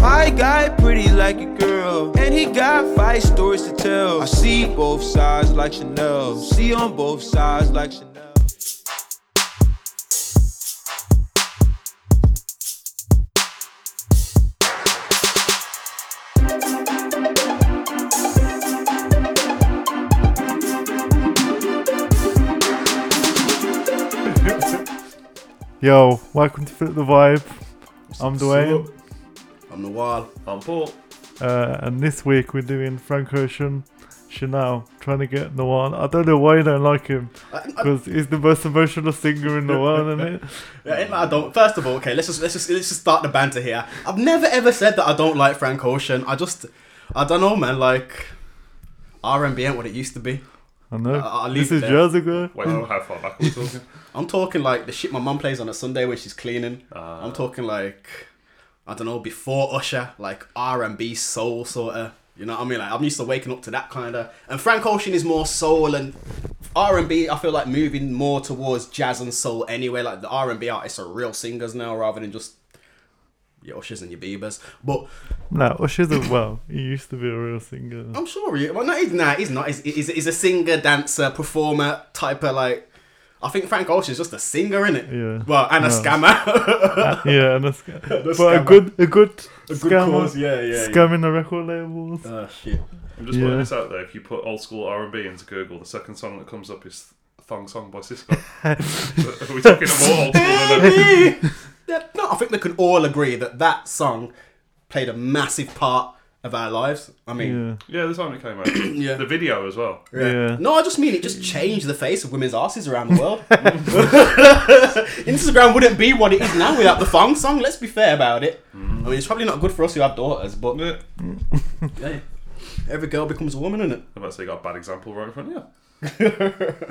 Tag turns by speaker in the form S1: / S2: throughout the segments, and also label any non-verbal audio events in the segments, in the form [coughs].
S1: My guy, pretty like a girl, and he got five stories to tell. I see both sides like Chanel, see on both sides like Chanel.
S2: Yo, welcome to Flip the Vibe. I'm Dwayne,
S3: I'm the wild.
S4: I'm Paul.
S2: uh, and this week we're doing Frank Ocean, Chanel, trying to get Noir. I don't know why you don't like him, because he's the most emotional singer in the world, isn't it?
S3: Yeah, I don't. First of all, okay, let's just let's just let's just start the banter here. I've never ever said that I don't like Frank Ocean. I just, I don't know, man. Like, R and B ain't what it used to be.
S2: I know.
S3: I- I'll
S2: this is
S3: leave it there.
S2: years ago.
S4: Wait, oh, how far back are we [laughs] talking?
S3: I'm talking like the shit my mum plays on a Sunday when she's cleaning. I'm talking like, I don't know, before Usher, like R and B soul sort of. You know what I mean? Like I'm used to waking up to that kind of. And Frank Ocean is more soul and R and B. I feel like moving more towards jazz and soul anyway. Like the R and B artists are real singers now rather than just your Ushers and your Biebers. But
S2: No, Usher's a well. He used to be a real singer.
S3: I'm sure he. Well, no, he's not. He's not. He's, he's, he's a singer, dancer, performer type of like. I think Frank Ocean's just a singer, innit? [laughs]
S2: Yeah.
S3: Well, and a
S2: No.
S3: scammer. [laughs]
S2: yeah, and a sc- but a
S3: scammer.
S2: good, a good,
S3: a good
S2: scammer,
S3: cause, yeah, yeah. yeah.
S2: scamming the record labels.
S3: Oh shit.
S4: I'm just
S2: Yeah.
S4: putting this out there. If you put old school R and B into Google, the second song that comes up is "Thong Song" by [laughs] Cisco. Are we talking more old school than that?
S3: [laughs] Yeah, no, I think we can all agree that that song played a massive part of our lives. I mean,
S2: Yeah,
S4: [coughs] Yeah, the time it came out.
S3: Yeah.
S4: The video as well.
S2: Yeah.
S3: No, I just mean it just changed the face of women's asses around the
S2: [laughs]
S3: world. [laughs] Instagram wouldn't be what it is now without the thong song. Let's be fair about it. I mean, it's probably not good for us who have daughters, but
S4: Yeah.
S3: hey, every girl becomes a woman, innit?
S4: I'm about to say you got a bad example right in front of you.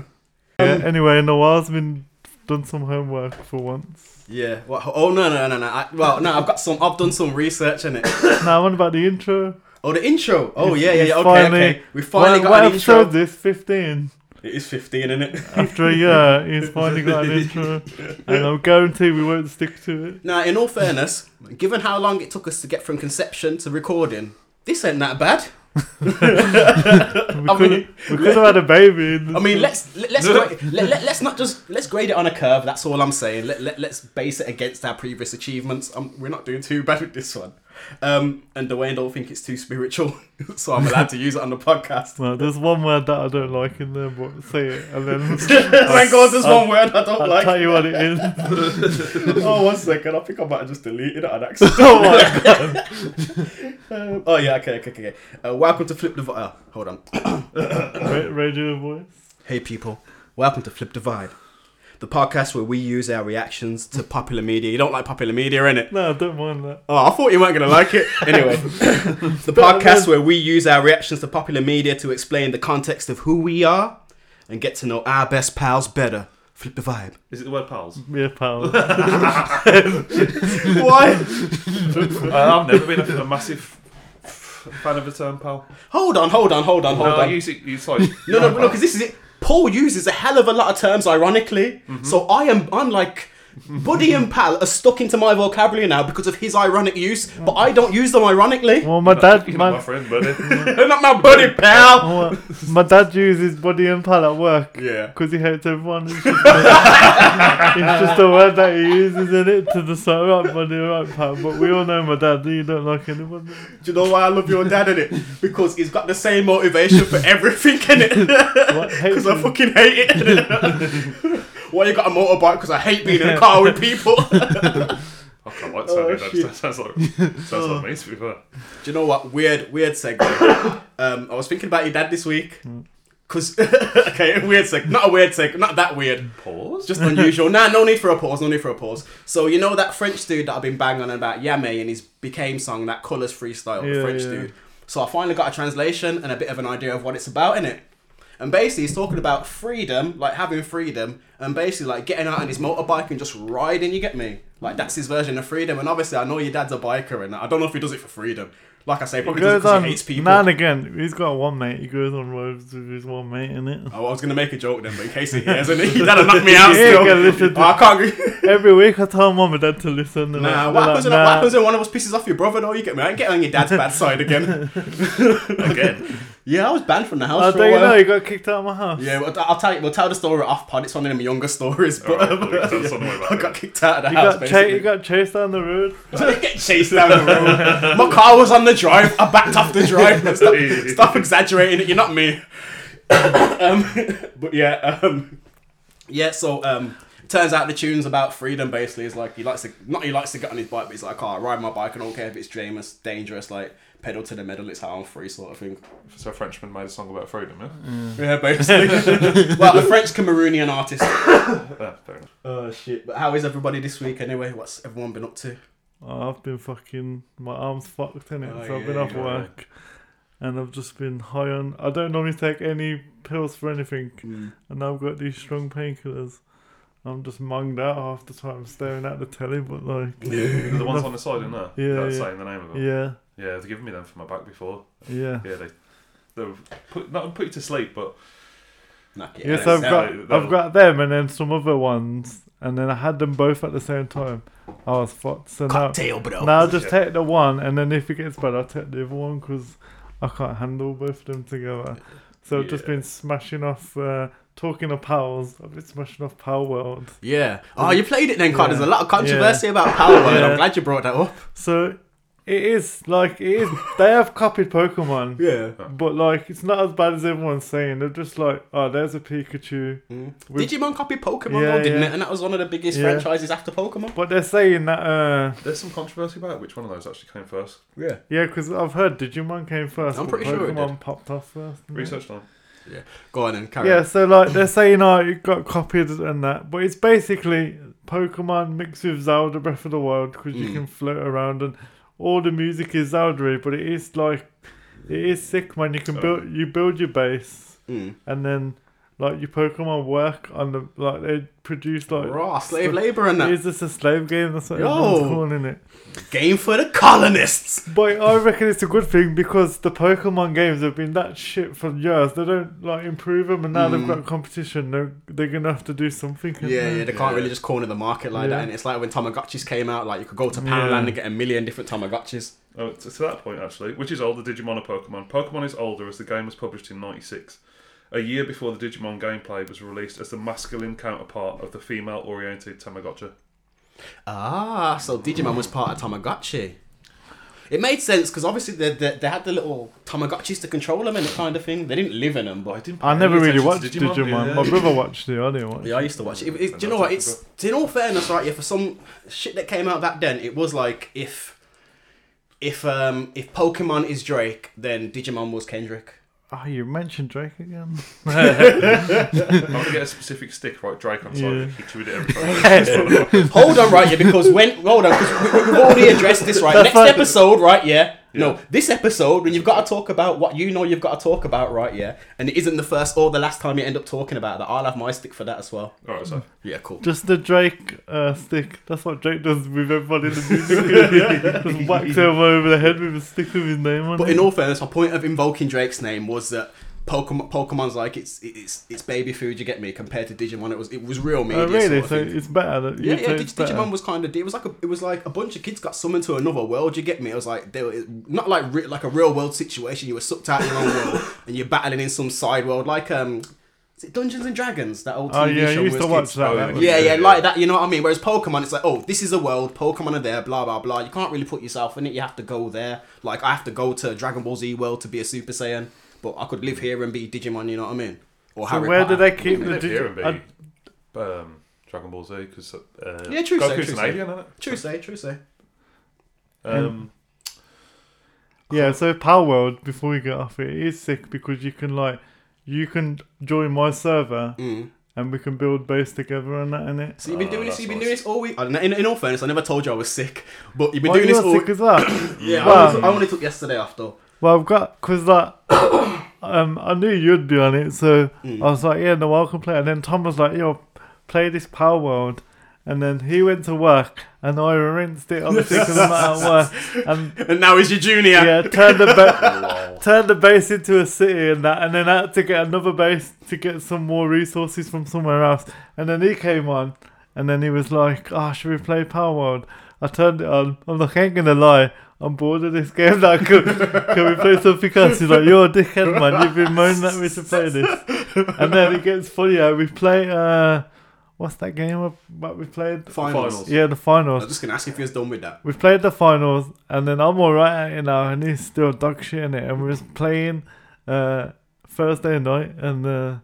S2: yeah. Anyway, Noir's been done some homework for once.
S3: Yeah. Well, oh no, no, no, no. I, well, no, I've got some. I've done some research in it.
S2: now, what about the intro?
S3: Oh, the intro. Oh yeah, yeah,
S2: He's
S3: yeah. Okay, okay. We finally
S2: what,
S3: got
S2: what
S3: an
S2: episode
S3: intro.
S2: This fifteen.
S3: It is fifteen, isn't it?
S2: After a year, he's finally got an intro, and I'm guaranteed we won't stick to it.
S3: [laughs] Now, in all fairness, given how long it took us to get from conception to recording, this ain't that bad.
S2: We
S3: I
S2: could,
S3: mean-
S2: we could have had a baby. In [laughs] this
S3: I mean, let's let, let's gra- let, let, let's not just let's grade it on a curve. That's all I'm saying. Let, let, let's base it against our previous achievements. Um, we're not doing too bad with this one. Um, and Dwayne don't think it's too spiritual, [laughs] so I'm allowed to use it on the podcast.
S2: Well, there's one word that I don't like in there, but say it, and
S3: [laughs]
S2: then
S3: [laughs] Thank God, there's one word I don't
S2: I'll
S3: like.
S2: tell you what it
S3: [laughs]
S2: is. [laughs]
S3: oh, one second. I think I might have just deleted it on accident.
S2: oh my God.
S3: Um, oh yeah, okay, okay, okay. Uh, welcome to Flip the. Vi- Oh, hold on.
S2: Ra- Radio voice.
S3: Hey people, welcome to Flip the Vibe, the podcast where we use our reactions to popular media. You don't like popular media, innit?
S2: No, I don't mind that.
S3: Oh, I thought you weren't gonna like it. Anyway, the podcast where we use our reactions to popular media to explain the context of who we are and get to know our best pals better. Flip the vibe.
S4: Is it the word pals?
S2: Yeah,
S3: [laughs]
S2: pal.
S3: Why?
S4: Uh, [laughs] I've never been a, a massive fan of the term pal.
S3: Hold on, hold on, hold on, hold
S4: no, I
S3: on.
S4: use it. It's [laughs] like
S3: No, no, no, because this is it. Paul uses a hell of a lot of terms, ironically. So I am, I'm [laughs] like, Buddy and Pal are stuck into my vocabulary now because of his ironic use, but I don't use them [laughs] ironically.
S2: Well, my dad,
S4: [laughs] You're not my
S2: my,
S4: friend, buddy. [laughs]
S3: They're not my buddy,
S2: [laughs]
S3: pal.
S2: well, my dad uses body and pal at work
S3: Yeah.
S2: because he hates everyone. It's just, [laughs] it's just a word that he uses in it to the side, right, buddy, right, pal. But we all know my dad. You don't like anyone.
S3: Do you know why I love your dad in [laughs] it? Because he's got the same motivation for everything in [laughs] it.
S2: What? Hate
S3: Because I
S2: you.
S3: fucking hate it. [laughs] why you got a motorbike? Because I hate being in a car with people. [laughs] Do
S4: I can't like
S3: Oh,
S4: Sandy.
S3: shit.
S4: that sounds [laughs] like sounds like me to be fair.
S3: you know what? Weird, weird segue. um, I was thinking about your dad this week. Cause [laughs] okay, weird seg. Not a weird seg. Not that weird.
S4: Pause.
S3: Just unusual. nah, no need for a pause. No need for a pause. So you know that French dude that I've been banging on about Yame and his became song that colours freestyle. the
S2: Yeah,
S3: French
S2: yeah.
S3: dude. So I finally got a translation and a bit of an idea of what it's about in it. And basically, he's talking about freedom, like having freedom, and basically like getting out on his motorbike and just riding. You get me? Like that's his version of freedom. And obviously, I know your dad's a biker, and I don't know if he does it for freedom. Like I say,
S2: He
S3: probably
S2: goes
S3: because
S2: on
S3: he hates people.
S2: man again. He's got one mate. He goes on roads with his one mate in it.
S3: Oh, I was gonna make a joke then, but in case [laughs] he hears
S2: [laughs]
S3: it, that'll knock me out.
S2: He ain't
S3: Still.
S2: gonna listen to-
S3: Oh, I [laughs] can't.
S2: Every week I tell mum and dad to listen. They're
S3: Nah,
S2: like-
S3: what
S2: they're
S3: happens,
S2: like,
S3: when, what
S2: "Nah."
S3: happens when one of us pisses off your brother? No, you get me. I ain't getting on your dad's bad
S2: [laughs]
S3: side again.
S4: Again,
S3: Yeah, I was banned from the house
S2: Oh,
S3: for
S2: there
S3: a
S2: you
S3: while.
S2: know, he got kicked out of my house.
S3: Yeah, well, I'll tell you. We'll tell the story off pod. It's one of them younger stories, but
S4: Alright, well, we can
S3: [laughs]
S4: tell
S3: Yeah,
S4: someone about
S3: I
S4: it.
S3: got kicked out of the
S2: He
S3: house.
S2: got, cha-
S3: basically.
S2: he got chased down the road.
S3: I didn't get chased down the
S2: [laughs]
S3: road. My car was on the drive. I backed off the drive. Stop, stop exaggerating it. You're not me. [coughs] um, [laughs] but yeah, um, yeah. So um, turns out the tune's about freedom. Basically, is like he likes to not he likes to get on his bike, but he's like, oh, I ride my bike. I don't care if it's dangerous, dangerous. Like pedal to the metal. It's how I'm free, sort of thing.
S4: so a Frenchman made a song about freedom, yeah?
S3: Yeah,
S2: [laughs]
S3: basically. well, a French Cameroonian artist.
S4: Ah, fair enough.
S3: Oh shit! But how is everybody this week anyway? What's everyone been up [laughs] to?
S2: Oh, I've been fucking my arms fucked in it,
S3: Oh,
S2: so I've
S3: yeah,
S2: been
S3: you
S2: off
S3: got
S2: work, and I've just been high on. I don't normally take any pills for anything,
S3: Mm.
S2: and I've got these strong painkillers. I'm just munged out half the time, staring at the telly, but like,
S4: The ones on the side in there,
S2: Yeah,
S4: without
S2: yeah.
S4: saying the name of them.
S2: yeah,
S4: Yeah, they've given me them for my back before.
S2: yeah.
S4: Yeah, they they were put not put you to sleep, but
S3: Nah, yeah,
S2: Yes,
S3: that's-
S2: I've
S4: that-
S2: got
S4: that-
S2: I've got them, and then some other ones, and then I had them both at the same time. I was fucked. So now,
S3: cocktail, bro.
S2: now I'll just
S4: Yeah.
S2: take the one, and then if it gets bad, I'll take the other one because I can't handle both of them together. So I've just
S4: Yeah.
S2: been smashing off. Uh, talking of pals, I've been smashing off Pal World.
S3: Yeah. Oh, you played it then, Carl. There's a lot of controversy
S2: Yeah.
S3: about Power World.
S2: Yeah.
S3: I'm glad you brought that up.
S2: So it is like it
S3: [laughs]
S2: is. they have copied Pokemon.
S3: Yeah.
S2: But like, it's not as bad as everyone's saying. They're just like, oh, there's a Pikachu.
S3: Mm.
S2: With-
S3: Digimon copied Pokemon,
S2: Yeah,
S3: though, didn't
S2: yeah.
S3: it? And that was one of the biggest
S2: Yeah.
S3: franchises after Pokemon.
S2: But they're saying that, uh,
S4: there's some controversy about which one of those actually came first.
S3: Yeah.
S2: yeah, because I've heard Digimon came first.
S3: I'm
S2: but
S3: pretty sure it
S2: Pokemon
S3: did.
S2: popped off first. didn't it?
S4: Research time.
S3: Yeah. Go on and carry
S2: Yeah,
S3: on.
S2: so like they're saying, oh, it got copied and that, but it's basically Pokemon mixed with Zelda Breath of the Wild because you can float around and all the music is Zelda, but it is like it is sick, man. You can build you build your base and then like your Pokemon work on the like they produce like
S3: Mm. Raw slave labor and
S2: It
S3: that.
S2: is just a slave game. That's what
S3: Yo.
S2: everyone's calling it.
S3: Game for the colonists.
S2: But I reckon it's a good thing because the Pokemon games have been that shit for years. They don't like improve them, and now they've got competition. They're they're gonna have to do something. aren't
S3: Mm. Yeah,
S2: they?
S3: yeah, Mm. they can't really just corner the market like
S2: Yeah.
S3: that. And it's like when Tamagotchis came out, like you could go to Poundland
S2: Yeah.
S3: and get a million different Tamagotchis.
S4: Oh, to, to that point actually, which is older, Digimon or Pokemon? Pokemon is older as the game was published in '96, a year before the Digimon gameplay was released as the masculine counterpart of the female-oriented Tamagotchi.
S3: Ah, so Digimon was part of Tamagotchi. It made sense because obviously they, they, they had the little Tamagotchis to control them and the kind of thing. They didn't live in them, but I didn't.
S2: I
S4: Pay
S2: never really
S4: attention to
S2: watched
S4: Digimon,
S2: Digimon.
S4: yeah.
S2: My brother watched it. I didn't watch. it.
S3: Yeah, I used to watch it. It- it- do you know what? It's in all fairness, right? Yeah, for some shit that came out back then, it was like if if um if Pokemon is Drake, then Digimon was Kendrick.
S2: Oh, you mentioned Drake
S3: [laughs]
S2: again.
S4: I'm gonna get a specific stick, right? Drake on
S2: Yeah.
S4: side, he chewed it every time.
S3: Hold on, right? Yeah, because when hold on, because we, we've already addressed this, right? Next
S2: right.
S3: episode, right? Yeah. No, this episode when you've got to talk about what you know you've got to talk about, right? Yeah, and it isn't the first or the last time you end up talking about that. I'll have my stick for that as well.
S4: All right, so
S3: Yeah, cool.
S2: Just the Drake uh, stick. That's what Drake does with everybody in the music. [laughs] Just whacks everyone over the head with a stick with his name on
S3: But
S2: it.
S3: in all fairness, my point of invoking Drake's name was that Pokemon, Pokemon's like it's it's it's baby food. You get me? Compared to Digimon, it was it was real media.
S2: oh, really?
S3: sort of
S2: so
S3: thing.
S2: it's better. That
S3: yeah,
S2: you
S3: yeah.
S2: say
S3: Dig-
S2: it's better.
S3: Digimon was kind of it was like a it was like a bunch of kids got summoned to another world. You get me? It was like they were not like re- like a real world situation. You were sucked out of your own
S2: [laughs]
S3: world and you're battling in some side world like um. Is it Dungeons and Dragons? That old TV
S2: Oh yeah, I
S3: show.
S2: used to
S3: when we was
S2: watch
S3: kids?
S2: that.
S4: Oh,
S2: that was-
S3: Yeah, yeah,
S4: Yeah.
S3: like that. You know what I mean? Whereas Pokemon, it's like, oh, this is a world. Pokemon are there. Blah blah blah. You can't really put yourself in it. You have to go there. Like I have to go to Dragon Ball Z world to be a Super Saiyan, but I could live here and be Digimon. You know what I mean? Or
S2: So
S3: Harry
S2: where
S3: Potter.
S2: did they keep
S4: They
S2: the
S4: live here and
S2: Digimon? I-
S4: be um, Dragon Ball Z because uh,
S3: Yeah, true say,
S4: Goku's
S3: true
S4: an
S3: say.
S4: alien, isn't
S3: True say, true say.
S4: it? Um,
S2: Yeah, so Power World, before we get off it, it is sick because you can like you can join my server
S3: Mm.
S2: and we can build base together and that in it.
S3: So you've been doing this.
S4: that's
S3: You've been
S4: nice.
S3: doing this all week. Ah, I- In, in all fairness, I never told you I was sick, but you've been
S2: Why
S3: doing
S2: you
S3: this
S2: all
S3: all.
S2: sick as well?
S3: yeah,
S2: Wow.
S3: I, only, I only took yesterday off though.
S2: [coughs] well, I've got because like [coughs] um I knew you'd be on
S3: Mm.
S2: it, so I was like, yeah, no, I can play. And then Tom was like, yo, play this Power World, And then he went to work, and I rinsed it on the sink of the mat at
S3: [laughs]
S2: work, and
S3: [laughs] And now he's your junior.
S2: yeah, turned the ba- turned the base into a city and that, and then had to get another base to get some more resources from somewhere else. And then he came on, and then he was like, "Ah, should we play Power World?" I turned it on. I'm like, I ain't gonna lie. I'm bored of this game. Now can, can we play something else? He's like, you're a dickhead, man. You've been moaning at me to play this. And then it gets funnier. We play, uh, what's that game that we played?
S3: Finals.
S4: Finals.
S2: Yeah, the
S3: I
S2: finals.
S3: was just gonna ask if he was done with that.
S2: We played the finals, and then I'm alright at it now, and he's still dog shit in it. And we was playing uh, Thursday night, and uh,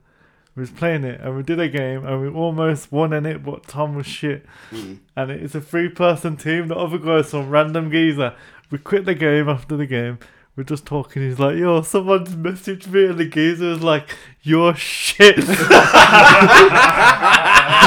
S2: we was playing it, and we did a game, and we almost won in it, but Tom was shit.
S3: Hmm.
S2: And it's a three-person team. The other guy is some random geezer. We quit the game after the game. We're just talking. He's like, "Yo, someone's messaged me," and the geezer was like, "You're
S3: [laughs]
S2: shit."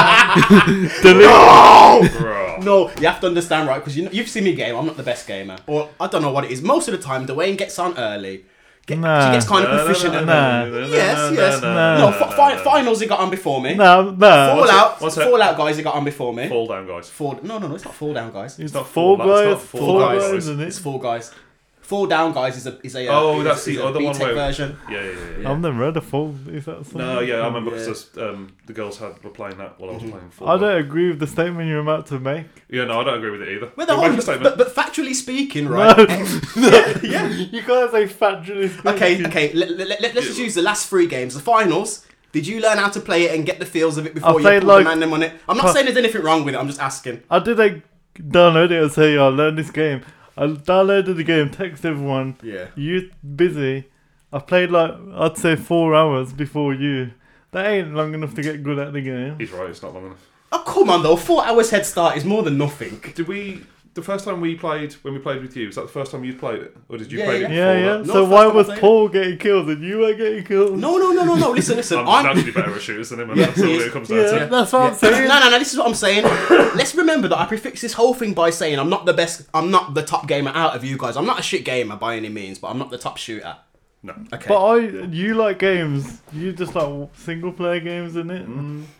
S2: Delete-
S4: Bruh.
S3: No, you have to understand, right? Because you know, you've seen me game. I'm not the best gamer, or I don't know what it is. Most of the time, Dwayne gets on early. Get,
S2: Nah.
S3: She gets kind of proficient. at-
S2: Nah.
S3: Yes, yes.
S2: nah,
S3: no, fi- fi- finals he got on before me.
S2: No, no.
S3: Fallout,
S4: What's it?
S3: Fallout guys he got on before me.
S4: Fall down, guys.
S3: Fall- no, no, no, it's not fall down guys.
S2: It's
S4: not
S2: four
S4: Fallout, it's
S2: guys.
S4: not
S2: Four
S4: Fallout,
S2: guys,
S4: it's-
S2: isn't
S3: It's
S2: it?
S3: fall guys. Fall down guys is a is a uh,
S4: Oh,
S3: is a-
S4: that's
S3: is
S4: the
S3: a
S4: other one
S3: BTEC
S4: where-
S3: version.
S4: Yeah, yeah, yeah. yeah.
S2: I've never heard of Fall. Is that something?
S4: no, yeah, I remember
S3: Yeah.
S4: because um, the girls had were playing that while I was playing. Fall
S2: I
S4: Down.
S2: don't agree with the statement you're about to make.
S4: Yeah, no, I don't agree with it either.
S3: With the
S4: Don't make a
S3: whole,
S4: statement.
S3: but, but factually speaking, right?
S2: [laughs]
S3: [laughs] yeah.
S2: You can't say factually speaking.
S3: Okay, okay. Let, let, let, us just use the last three games, the finals. Did you learn how to play it and get the feels of it before you
S2: played,
S3: put
S2: like-
S3: the man them on it? I'm not saying there's anything wrong with it. I'm just asking.
S2: I did like download it and say, "I learned this game." I downloaded the game, text everyone.
S3: Yeah.
S2: You busy? I played like I'd say four hours before you. That ain't long enough to get good at the game.
S4: He's right. It's not long enough.
S3: Oh come on though, four hours head start is more than nothing.
S4: Did we? The first time we played, when we played with you, was that the first time you played it, or did you
S3: Yeah,
S4: play
S3: yeah.
S4: it?
S2: Yeah,
S4: before
S2: yeah.
S4: that?
S3: No,
S2: so
S3: first
S2: why
S3: time I
S2: was
S3: played it.
S2: Paul getting killed and you were getting killed?
S3: No, no, no, no, no, no. Listen, listen.
S4: [laughs] I'm
S3: I'm-
S4: naturally better at shooters than him, and
S3: Yeah,
S4: that's all
S3: he is.
S4: it comes down
S2: Yeah,
S4: to.
S2: that's what I'm
S3: No,
S2: saying.
S3: no, no. This is what I'm saying. [coughs] Let's remember that I prefix this whole thing by saying I'm not the best. I'm not the top gamer out of you guys. I'm not a shit gamer by any means, but I'm not the top shooter.
S4: No.
S3: [laughs] Okay.
S2: But I, you like games. You just like single player games, in it?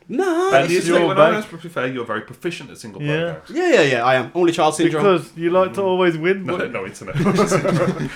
S3: no.
S4: And
S3: it's
S4: you
S3: just-
S2: your
S4: say, when I
S2: back.
S4: was pretty fair, you're very proficient at single player
S2: Yeah.
S4: games.
S3: yeah, yeah, yeah. I am only child syndrome.
S2: Because you like to always win,
S4: No,
S2: but
S4: no internet.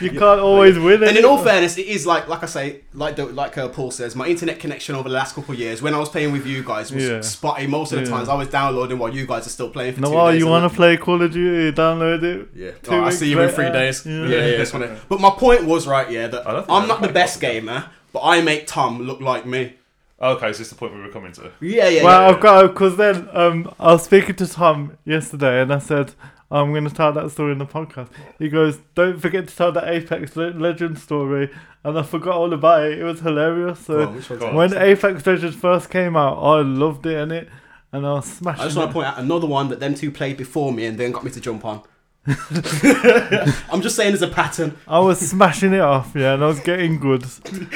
S2: you can't always win.
S3: And in all
S2: innit?
S3: fairness, it is like like I say, like the, like uh, Paul says, my internet connection over the last couple of years when I was playing with you guys was
S2: Yeah.
S3: spotty. Most of the
S2: Yeah.
S3: times I was downloading while you guys are still playing for
S2: No,
S3: two
S2: oh,
S3: days.
S2: you
S3: a
S2: want
S3: week.
S2: to play Call of Duty? Download it.
S3: Yeah,
S2: two
S3: oh, I
S2: weeks
S3: see you in three
S2: later.
S3: days. Yeah,
S2: Yeah.
S3: yeah, it's funny. But my point was right, yeah, that
S4: I don't think
S3: I'm
S4: I
S3: not the
S4: play
S3: best
S4: Call of
S3: gamer, but I make Tom look like me.
S4: okay, is this the point we were coming to?
S3: Yeah, yeah, yeah.
S2: Well, I've got because then um, I was speaking to Tom yesterday, and I said I'm going to tell that story in the podcast. He goes, "Don't forget to tell that Apex Le- Legend story," and I forgot all about it. It was hilarious. So
S3: Well, which one's
S4: Go on.
S2: when Apex Legends first came out, I loved it and it, and I was smashing.
S3: I just
S2: it. [laughs]
S3: want to point out another one that them two played before me and then got me to jump on. I'm just saying there's a pattern.
S2: I was smashing it off, yeah, and I was getting good.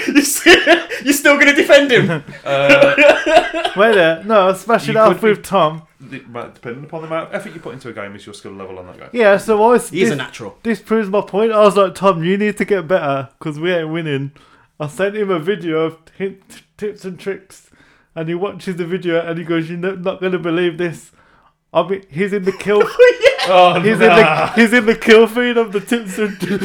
S3: You see- [laughs] You're still going to defend him?
S2: Wait there, no, I was smashing
S4: You
S2: it off
S4: could be-
S2: with Tom.
S4: The- ma- Depending upon the amount of effort you put into a game, is your skill level on that game.
S2: Yeah, so I was.
S3: He's
S2: this,
S3: a natural.
S2: this proves my point. I was like, Tom, you need to get better because we ain't winning. I sent him a video of hint, tips and tricks, and he watches the video and he goes, "You're no- not gonna believe this." I mean, he's in the
S4: [laughs]
S2: kill.
S4: Oh,
S2: He's in the he's in the kill feed of the tips and tricks.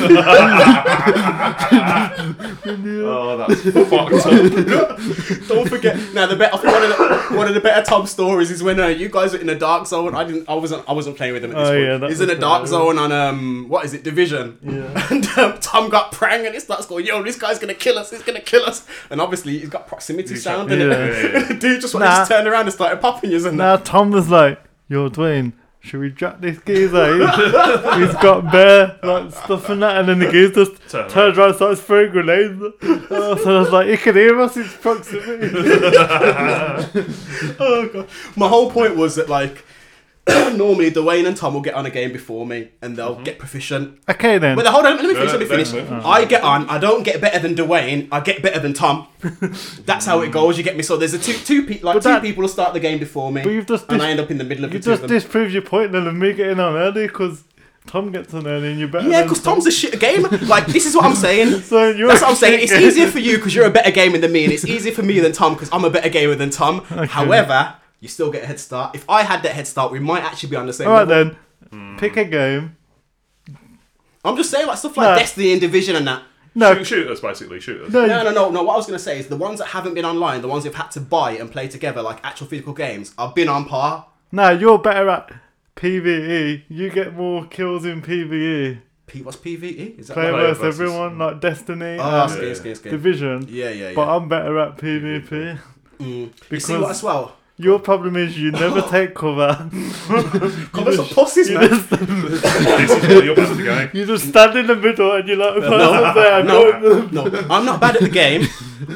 S4: oh that's [laughs] fucked up.
S3: Don't forget. Now the better one of the, one of the better Tom stories is when uh, you guys were in a dark zone. I didn't. I wasn't. I wasn't playing with him at this
S2: Oh,
S3: point.
S2: yeah, that
S3: He's in a
S2: was
S3: dark
S2: hilarious.
S3: zone on um what is it division?
S2: Yeah.
S3: And um, Tom got prang and he starts going, "Yo, this guy's gonna kill us. He's gonna kill us." And obviously he's got proximity
S4: He's
S3: [laughs] sound.
S4: got-
S3: And
S2: yeah,
S4: yeah, yeah.
S3: the [laughs] dude just wanted
S2: Nah.
S3: to turn around and started popping you. And
S2: now Tom was like, "Yo, Dwayne." Should we jack this geezer? He's- he's got bear like stuff and that, and then the geezer just
S4: Turn
S2: turns around, and starts throwing grenades. Oh, so I was like, "He can hear us. It's proximity."
S3: Oh god. My whole point was that like. [clears throat] normally, Dwayne and Tom will get on a game before me, and they'll
S4: Mm-hmm.
S3: get proficient.
S2: Okay then.
S3: But hold on, let me finish.
S4: No,
S3: Let me
S4: no,
S3: finish.
S4: no.
S3: I get on. I don't get better than Dwayne. I get better than Tom.
S4: [laughs]
S3: That's how it goes. You get me. So there's a two two pe- like
S2: But
S3: two
S2: that-
S3: people will start the game before me,
S2: But you've just
S3: and
S2: dis-
S3: I end up in the middle of
S2: You
S3: the two of
S2: just
S3: them.
S2: disproves your point then of me getting on early because Tom gets on early and you're better.
S3: yeah,
S2: than
S3: because
S2: Tom.
S3: Tom's a shit gamer. Like this is
S2: [laughs]
S3: what I'm saying.
S2: So you're
S3: That's
S2: a
S3: what I'm saying.
S2: shit
S3: It's
S2: gamer.
S3: easier for you because you're a better gamer than me, and it's easier for me than Tom because I'm a better gamer than Tom. However, you still get a head start. If I had that head start, we might actually be on the same
S2: All right
S3: level.
S2: then, pick a game.
S3: I'm just saying, like stuff like
S2: No.
S3: Destiny and Division and that.
S2: No,
S4: [laughs] Shoot, shoot us, basically, shoot us. [laughs]
S2: no,
S3: No, no, no, no. What I was gonna say is the ones that haven't been online, the ones you've had to buy and play together, like actual physical games, I've been on par.
S2: no, You're better at PVE. You get more kills in PVE.
S3: P- what's PVE? Is that
S2: Play
S3: what-
S4: Player
S2: versus
S4: versus-
S2: everyone like Destiny
S3: Oh,
S2: and
S3: skate, skate, skate.
S2: Division.
S3: Yeah, yeah, yeah.
S2: But I'm better at PvP.
S3: you see what
S2: because- [laughs]
S3: as well?
S2: Your problem is you never take cover.
S3: Covers some pussies,
S2: you
S3: man.
S2: just,
S4: this is really up at the game.
S2: you just stand in the middle and you're like, [laughs] no, there, no.
S3: No, no, I'm not bad at the game.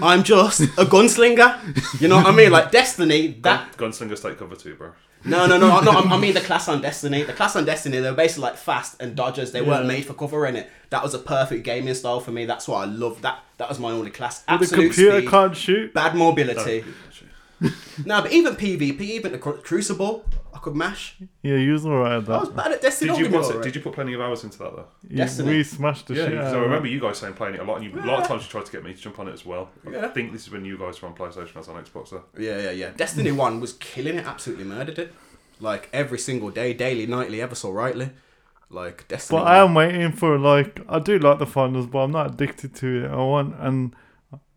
S3: I'm just a gunslinger. You know what I mean? Like Destiny, that
S4: Gunslinger's take cover too, bro.
S3: No, no, no, no. I'm- I mean the class on Destiny. The class on Destiny, they were basically like fast and dodgers. They weren't made for covering it. That was a perfect gaming style for me. That's what I loved. That that was my only class.
S2: The
S3: Absolute
S2: computer Oh.
S3: speed,
S2: can't shoot.
S3: bad mobility. No, but even PvP, even the Cru- Crucible, I could mash.
S2: Yeah, you was alright at
S3: I was
S2: that.
S3: bad at Destiny.
S4: Did
S3: don't
S4: you,
S3: get me
S4: put,
S3: wrong.
S4: did you put plenty of hours into that, though?
S2: You-
S3: Destiny.
S2: We smashed the
S4: Yeah,
S2: shit
S4: because I
S2: out. of
S4: remember
S2: it.
S4: you guys saying playing it a lot, and you, a lot of times you tried to get me to jump on it as well. I
S3: Yeah.
S4: think this is when you guys were on PlayStation, I was on Xbox, though.
S3: Yeah, yeah, yeah. Destiny 1 was killing it, absolutely murdered it. Like every single day, daily, nightly, ever so rightly. Like Destiny.
S2: But um,
S3: 1.
S2: I am waiting for like I do like the finals, but I'm not addicted to it. I want and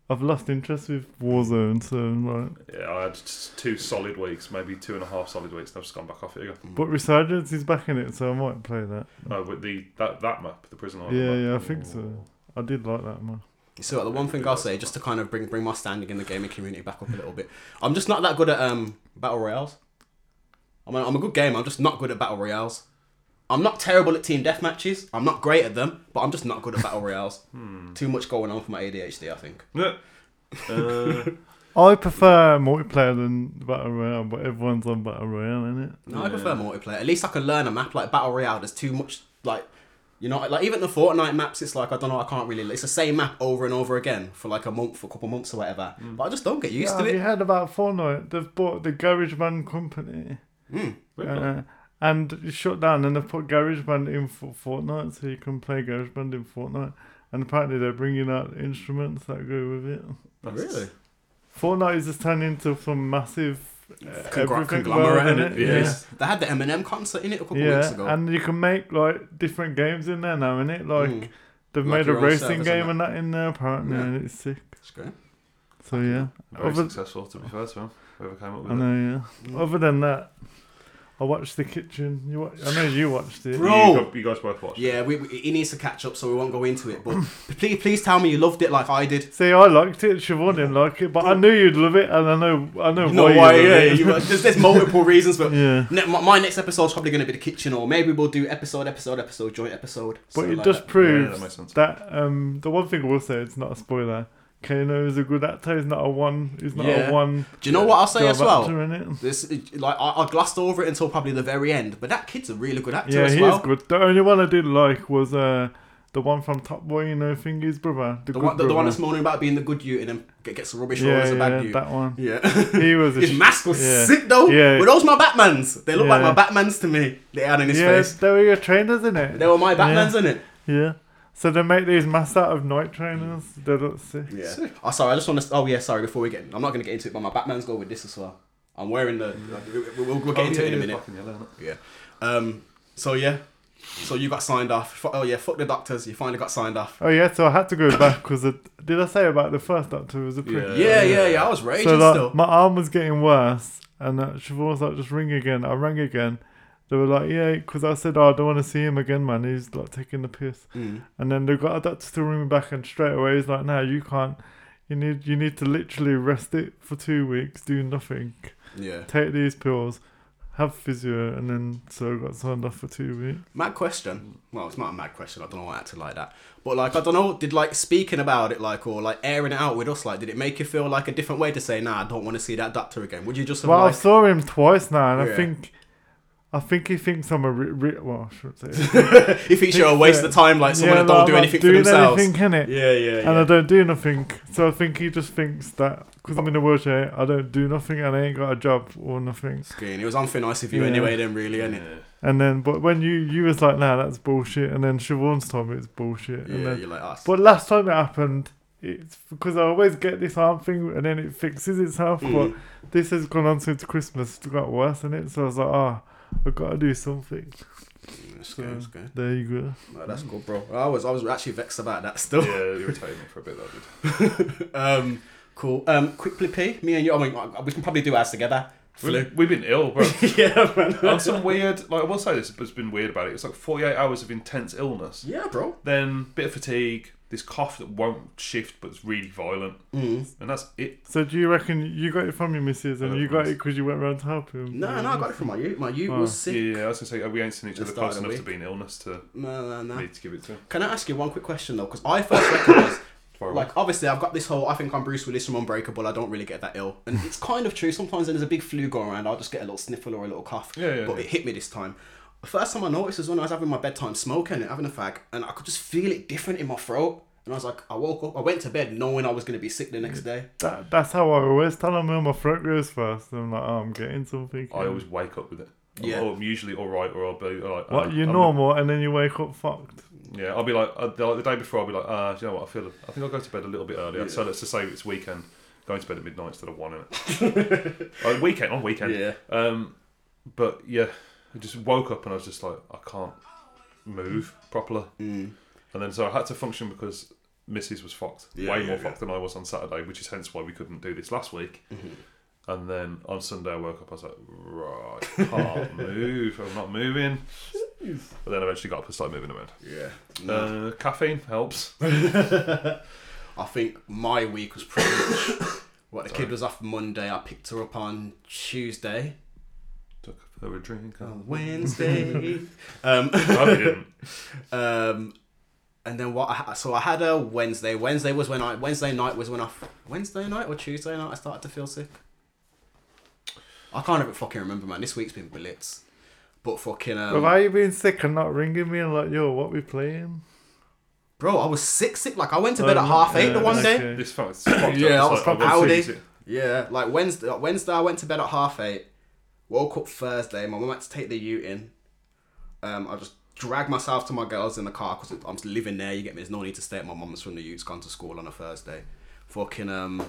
S2: I've lost interest with Warzone, so I'm like.
S4: Yeah, I had s- two solid weeks, maybe two and a half solid weeks, and I've just gone back off it again.
S2: But Resurgence is back in it, so I might play that.
S4: No, Mm. Uh, with the that, that map, the prison island
S2: Yeah,
S4: map.
S2: yeah, I think so. I did like that man.
S3: So the one thing I'll say, just to kind of bring bring my standing in the gaming community back up a little bit, I'm just not that good at um battle royales. I mean, I'm a good gamer. I'm just not good at battle royales. I'm not terrible at team deathmatches. I'm not great at them, but I'm just not good at battle royales. Too much going on for my ADHD, I think.
S4: [laughs] Yeah. Uh,
S2: I prefer multiplayer than battle royale, but everyone's on battle royale, innit?
S3: No, I prefer multiplayer. At least I can learn a map like battle royale. There's too much like. You know, like even the Fortnite maps, it's like I don't know, I can't really. It's the same map over and over again for like a month, for a couple months or whatever. But I just don't get used
S2: Mm. Yeah,
S3: to
S2: Have
S3: it.
S2: you heard about Fortnite? They've bought the GarageBand company.
S3: Hmm.
S2: Uh, and it shut down, and they put GarageBand in for Fortnite, so you can play GarageBand in Fortnite. And apparently, they're bringing out instruments that go with it.
S3: Really?
S2: Fortnite is just turning into some massive uh,
S3: Congl-
S2: everything
S3: conglomerate
S2: world,
S3: in it.
S2: innit?
S4: yeah.
S3: Yes. They had the Eminem concert in it a couple
S2: Yeah,
S3: weeks ago.
S2: and you can make like different games in there now, innit? Like
S3: Mm.
S2: they've
S3: Like
S2: made a
S3: your own
S2: racing
S3: servers and
S2: game
S3: that.
S2: and that in there apparently,
S3: Yeah.
S2: and it's sick.
S3: It's great.
S2: So yeah,
S4: Very
S2: Other-
S4: successful, to be fair to him. Whoever came up with
S2: I
S4: it.
S2: know. Yeah. Mm. Other than that, I watched The Kitchen. You watch, I know you watched it.
S3: Bro.
S4: You, got- you guys both watched.
S3: Yeah, we, we, he needs to catch up, so we won't go into it. But [laughs] please, please tell me you loved it like I did.
S2: See, I liked it. Siobhan didn't like it, but I knew you'd love it, and I know, I know
S3: You know
S2: why.
S3: why?
S2: you
S3: Yeah,
S2: love it.
S3: you,
S2: [laughs]
S3: uh, there's, there's multiple reasons, but
S2: Yeah.
S3: ne- my, my next episode's probably going to be the kitchen, or maybe we'll do episode, episode, episode, joint episode.
S2: But
S3: So
S2: it
S3: like
S2: just
S3: that.
S4: Yeah, that
S2: proves
S4: makes sense.
S2: that, um, the one thing I will say, it's not a spoiler. Kano is a good actor. He's not a one. He's not
S3: Yeah.
S2: a one.
S3: Do you know what I'll say
S2: job
S3: as well?
S2: Actor in it.
S3: This it- like I, I glossed over it until probably the very end, but that kid's a really good actor
S2: Yeah,
S3: as
S2: he
S3: well.
S2: is good. The only one I did like was uh, the one from Top Boy. You know, Fingy's brother. The,
S3: The
S2: good
S3: one, the, the one
S2: brother.
S3: that's moaning about being the good you and then get- gets the rubbish roll
S2: yeah,
S3: as a
S2: yeah,
S3: bad you.
S2: that one. [laughs]
S3: Yeah. [laughs]
S2: He was a
S3: His
S2: sh-
S3: mask was
S2: yeah.
S3: sick though.
S2: Yeah.
S3: Were those my Batmans? They look
S2: Yeah.
S3: like my Batmans to me. They had in his
S2: Yeah,
S3: face.
S2: they were your trainers in it.
S3: They were my Batmans,
S2: Yeah.
S3: innit?
S2: Yeah. So they make these masks out of night trainers. They look sick.
S3: Yeah. Oh, sorry. I just want to. Oh, yeah. Sorry. Before we get, I'm not going to get into it, but my Batman's go with this as well. I'm wearing the. we- We'll, we'll get
S4: Oh,
S3: into
S4: yeah,
S3: it in a
S4: yeah,
S3: minute.
S4: fucking yellow, innit?
S3: Yeah. Um. So yeah. So you got signed off. Fu- Oh yeah. Fuck the doctors. You finally got signed off.
S2: Oh yeah, so I had to go back because did I say about the first doctor was a prick?
S3: Yeah,
S4: Yeah.
S3: yeah, yeah. I was raging
S2: So like,
S3: still.
S2: my arm was getting worse, and uh, Siobhan was like, "Just ring again." I rang again. They were like, "Yeah," because I said, "Oh, I don't want to see him again, man." He's like taking the piss. And then they got a doctor to ring me back, and straight away he's like, "No, you can't. You need you need to literally rest it for two weeks, do nothing,
S3: yeah.
S2: take these pills." Have physio and then so I got signed off for two weeks.
S3: Mad question. Well, it's not a mad question. I don't know why I acted like that. But like, I don't know. Did like speaking about it, like, or like airing it out with us, like, did it make you feel like a different way to say, nah, I don't want to see that doctor again? Would you just have
S2: Well, I
S3: like,
S2: saw him twice now, and
S3: Yeah.
S2: I think, I think he thinks I'm a ri- ri- well, I shouldn't
S3: [laughs]
S2: say.
S3: [laughs] if it's a waste of time, like someone that
S2: like,
S3: don't
S2: I'm
S3: do
S2: not
S3: anything for
S2: doing
S3: themselves?
S2: anything, innit?
S3: Yeah, yeah,
S2: and I
S3: yeah.
S2: don't do nothing. So I think he just thinks that because I'm in a wheelchair, I don't do nothing and I ain't got a job or nothing.
S3: Green. It was unfair nice of you
S2: Yeah.
S3: anyway, then really, innit?
S4: Yeah.
S2: And then, but when you you was like, nah, that's bullshit. And then Siobhan's told me it's bullshit.
S3: Yeah,
S2: and then,
S3: you're like "Ah, us.
S2: but last time it happened, it's because I always get this arm thing and then it fixes itself.
S3: Mm-hmm.
S2: But this has gone on since Christmas. It got worse in it, so I was like, ah, I've got to do something.
S3: It's good, it's good.
S2: There you go.
S3: No, that's good, bro. I was I was actually vexed about that still.
S4: Yeah, it irritated me for a bit. That did.
S3: Um, cool. Um, quickly, P. Me and you. I mean, I- we can probably do ours together. Flu.
S4: We- We've been ill, bro.
S3: [laughs] yeah, man.
S4: On some weird, like I will say this, but it's been weird about it. It's like 48 hours of intense illness.
S3: Yeah, bro.
S4: Then bit of fatigue, this cough that won't shift but it's really violent,
S3: Mm.
S4: and that's it.
S2: So do you reckon you got it from your missus and
S4: Uh,
S2: you got
S4: yes.
S2: it because you went round to help him?
S3: No, no, I got it from my you. My you was sick.
S4: Oh, Yeah, I was gonna say we ain't seen each
S3: Let's
S4: other close
S3: start the
S4: enough to
S3: week.
S4: be an illness to
S3: No, no, no.
S4: need to give it to. him.
S3: Can I ask you one quick question though? Because I first
S4: [laughs]
S3: recognised,
S4: Fire away.
S3: like, obviously I've got this whole I think I'm Bruce Willis from Unbreakable. I don't really get that ill, and it's kind of true. Sometimes when there's a big flu going around, I'll just get a little sniffle or a little cough.
S4: Yeah, yeah,
S3: But
S4: yeah.
S3: it hit me this time. The first time I noticed was when I was having my bedtime smoking and having a fag, and I could just feel it different in my throat. And I was like, I woke up, I went to bed knowing I was going to be sick the next day.
S2: That, that's how I always tell them when my throat goes first. I'm like, oh, I'm getting something.
S4: I always wake up with it. I'm,
S3: Yeah.
S4: oh, I'm usually all right, or I'll be like,
S2: What,
S4: uh,
S2: you're
S4: I'm-
S2: normal and then you wake up fucked.
S4: Yeah, I'll be like uh, the, the day before. I'll be like, uh, do you know what? I feel. I think I'll go to bed a little bit earlier. So let's just say it's weekend. Going to bed at midnight instead of one in it.
S3: [laughs]
S4: like weekend on weekend.
S3: Yeah.
S4: Um, but yeah, I just woke up and I was just like, I can't move properly. Mm.
S3: Mm-hmm.
S4: And then so I had to function because Mrs was fucked,
S3: Yeah,
S4: way
S3: yeah,
S4: more
S3: yeah.
S4: fucked than I was on Saturday, which is hence why we couldn't do this last week. And then on Sunday I woke up. I was like, right,
S3: [laughs]
S4: I can't move. I'm not moving. But then I eventually got up and started moving around.
S3: Yeah.
S4: Uh, caffeine helps.
S3: [laughs] I think my week was pretty much. What the kid was off Monday, I picked her up on Tuesday,
S4: Took her a drink. Oh,
S3: Wednesday. [laughs] um,
S4: I didn't.
S3: Um, and then what? I, ha- so I had a Wednesday. Wednesday was when I Wednesday night was when I f- Wednesday night or Tuesday night I started to feel sick. I can't even fucking remember, man. This week's been blitz, but fucking um,
S2: But why are you being sick and not ringing me and like, yo, what we playing?
S3: bro, I was sick, sick. Like I went to bed
S2: Oh,
S3: at half eight
S2: yeah,
S3: the one day.
S2: okay.
S4: This
S3: [coughs]
S4: felt it's fucked up.
S3: Yeah, I was
S4: It's like,
S3: proper
S4: I've got
S3: Audi.
S4: seizure.
S3: Yeah, like Wednesday. like, Wednesday I went to bed at half eight. Woke up Thursday. My mum had to take the ute in. Um, I just dragged myself to my girls in the car because I'm still living there. You get me? There's no need to stay at my mum's from the ute's gone to school on a Thursday. Fucking um,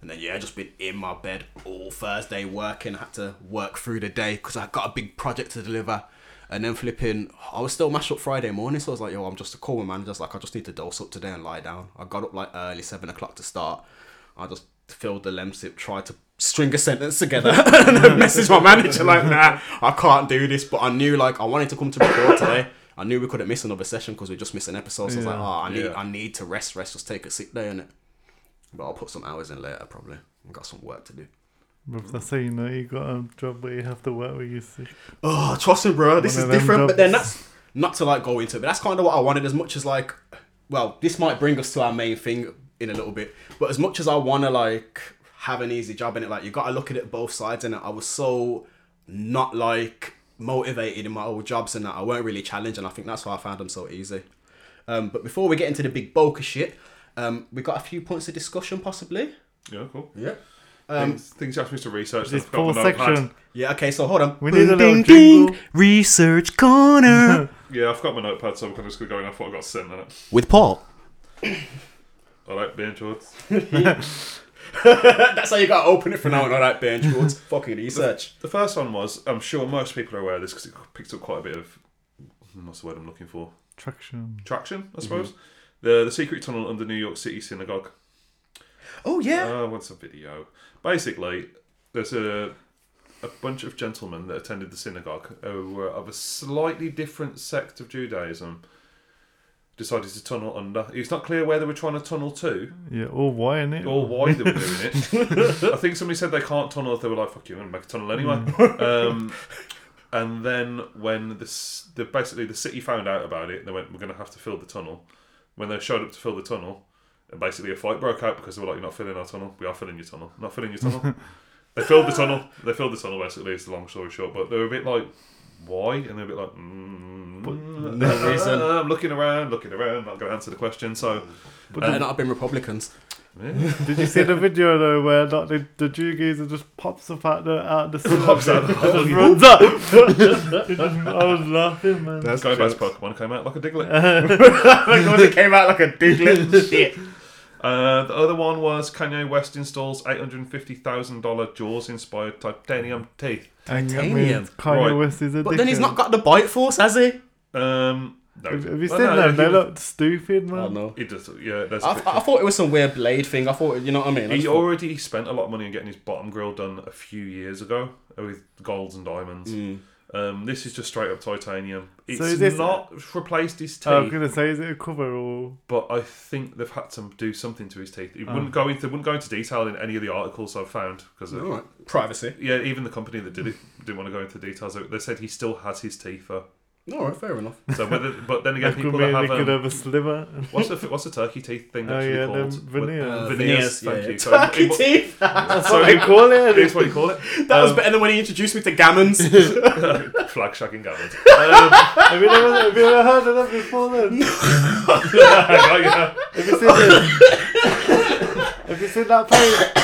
S3: and then yeah, just been in my bed all Thursday working. Had to work through the day because I got a big project to deliver. And then flipping, I was still mashed up Friday morning, so I was like, "Yo, I'm just a call my manager's like, I just need to dose up today and lie down." I got up like early, seven o'clock to start. I just filled the lemsip, tried to string a sentence together, [laughs] and then messaged my manager like, nah, I can't do this. But I knew like I wanted to come to record today. I knew we couldn't miss another session because we just missed an episode. So I was like,
S2: Yeah.
S3: oh, I need,
S4: Yeah.
S3: I need to rest, rest, just take a sick day on it. But I'll put some hours in later probably. I've got some work to do.
S2: But that's how you know you got a job where you have to work where you're sick.
S3: Oh, trust me, bro. This
S2: One
S3: is
S2: of them
S3: different.
S2: jobs.
S3: But then that's not to like go into it, but that's kind of what I wanted as much as like, well, this might bring us to our main thing in a little bit. But as much as I want to like have an easy job in it, like you got to look at it both sides. And I was so not like motivated in my old jobs and that I weren't really challenged. And I think that's why I found them so easy. Um, but before we get into the big bulk of shit, um, we got a few points of discussion possibly.
S4: Yeah, cool.
S3: Yeah. Um,
S4: things, things you asked me to research.
S2: This
S4: I've got
S2: full
S4: my notepad.
S2: section.
S3: Yeah. Okay. So hold on.
S2: We need a little jingle.
S3: Research corner
S4: Yeah, I've got my notepad, so I'm just going to go in off what I got sent on it.
S3: with Paul.
S4: I like being towards.
S3: [laughs] That's how you gotta open it for now and all that bench. Well, it's fucking research.
S4: The first one was I'm sure most people are aware of this because it picked up quite a bit of what's the word I'm looking for?
S2: Traction.
S4: Traction,
S3: Mm-hmm.
S4: I suppose. The the secret tunnel under New York City synagogue.
S3: Oh yeah.
S4: Oh, what's a video? Basically, there's a a bunch of gentlemen that attended the synagogue who were of a slightly different sect of Judaism. Decided to tunnel under. It's not clear where they were trying to tunnel to
S2: Yeah, all why in it?
S4: or Oh, why they were doing it. I think somebody said they can't tunnel if they were like, "Fuck you, I'm gonna make a tunnel anyway." Um, and then when the, s- the basically the city found out about it, they went, "We're gonna have to fill the tunnel." When they showed up to fill the tunnel, and basically a fight broke out because they were like, "You're not filling our tunnel. We are filling your tunnel. Not filling your tunnel." they filled the tunnel. They filled the tunnel. Basically, it's the long story short. But they were a bit like. Why? And they're a bit like, mm,
S3: no reason.
S4: [laughs] I'm looking around, looking around, not going to answer the question. So,
S3: Better not have been Republicans.
S4: yeah.
S2: Did you see the video though where like the, the Jew geezer just pops up out the out
S4: [laughs]
S2: the synagogue
S4: Pops out the
S2: and just
S4: hole.
S2: runs up?
S4: [laughs]
S2: I was laughing, man.
S3: That's
S2: Uh-huh.
S4: going back to Pokemon, came out like a diglet.
S3: It came out like a diglett. Shit.
S4: Uh, the other one was Kanye West installs $850,000 Jaws inspired titanium teeth.
S2: And that
S3: Titanium.
S2: means Kanye
S4: Right.
S2: West is a
S3: [laughs] But then he's
S2: dickhead.
S3: not got the bite force, has he?
S4: Um, no.
S2: Have have you
S4: Well,
S2: seen
S4: no,
S2: them?
S4: he
S2: They
S4: was-
S2: look stupid, man.
S3: Oh no.
S4: He does, yeah. There's a
S3: I,
S4: picture.
S3: I thought it was some weird blade thing. I thought, you know what I mean? I
S4: He
S3: just thought-
S4: already spent a lot of money on getting his bottom grill done a few years ago with golds and diamonds.
S3: Mm. hmm.
S4: Um, this is just straight up titanium. It's
S2: is this- Oh,
S4: not replaced his teeth,
S2: I was gonna say, is it a cover or?
S4: but I think they've had to do something to his teeth. It
S2: Oh.
S4: wouldn't go into wouldn't go into detail in any of the articles I've found because
S3: Alright. Privacy.
S4: yeah, even the company that did it didn't want to go into details. They- They said he still has his teeth though.
S3: Alright, fair enough.
S4: So whether, but then again,
S2: That could
S4: people
S2: mean
S4: that
S2: they
S4: have
S2: could
S4: um,
S2: have a sliver.
S4: what's the what's the turkey teeth thing
S2: Oh
S4: actually
S2: yeah, them
S4: called?
S2: veneers.
S4: Uh,
S3: Veneers,
S4: veneers,
S3: yeah,
S4: thank
S3: yeah.
S4: [laughs] you. So
S3: Turkey
S4: it-
S3: teeth!
S2: [laughs]
S4: so
S2: They call it.
S4: That's what you call it.
S3: That was
S4: Um,
S3: better than when he introduced me to gammons.
S4: Flag shagging Um, Gavin. [laughs]
S2: Have you never, have you ever heard of that before?
S3: [laughs]
S2: Then have you seen it? have you seen that page?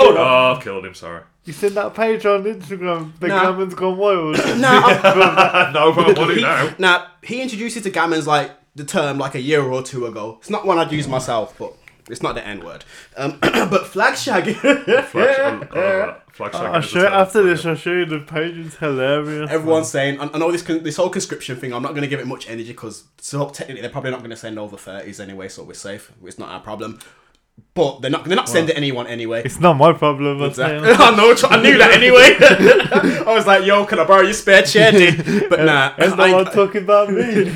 S4: Oh, no. oh, I've killed him, sorry. [laughs]
S2: You seen that page on Instagram? The
S3: Nah.
S2: Gammon's gone wild.
S3: [laughs] [laughs] nah, I-
S4: no, but I want it [laughs] now.
S3: nah, he introduced me to gammons like the term like a year or two ago. It's not one I'd use myself, but it's not the N word. Um, [clears throat] but flag shagging.
S4: Flag, I love that. Flag shagging
S2: I
S4: is a
S2: Uh, show,
S4: term.
S2: after this, I'll show you the page. It's hilarious.
S3: Everyone's saying, I I know this con- this whole conscription thing. I'm not going to give it much energy because so technically they're probably not going to send over thirties anyway, so we're safe. It's not our problem. But they're not they're not sending anyone anyway.
S2: It's not my problem. I'm saying.
S3: [laughs] I know, I knew that anyway. [laughs] I was like, "Yo, can I borrow your spare chair, dude?" But nah,
S2: There's
S3: [laughs] I- Um,
S2: no one talking about me.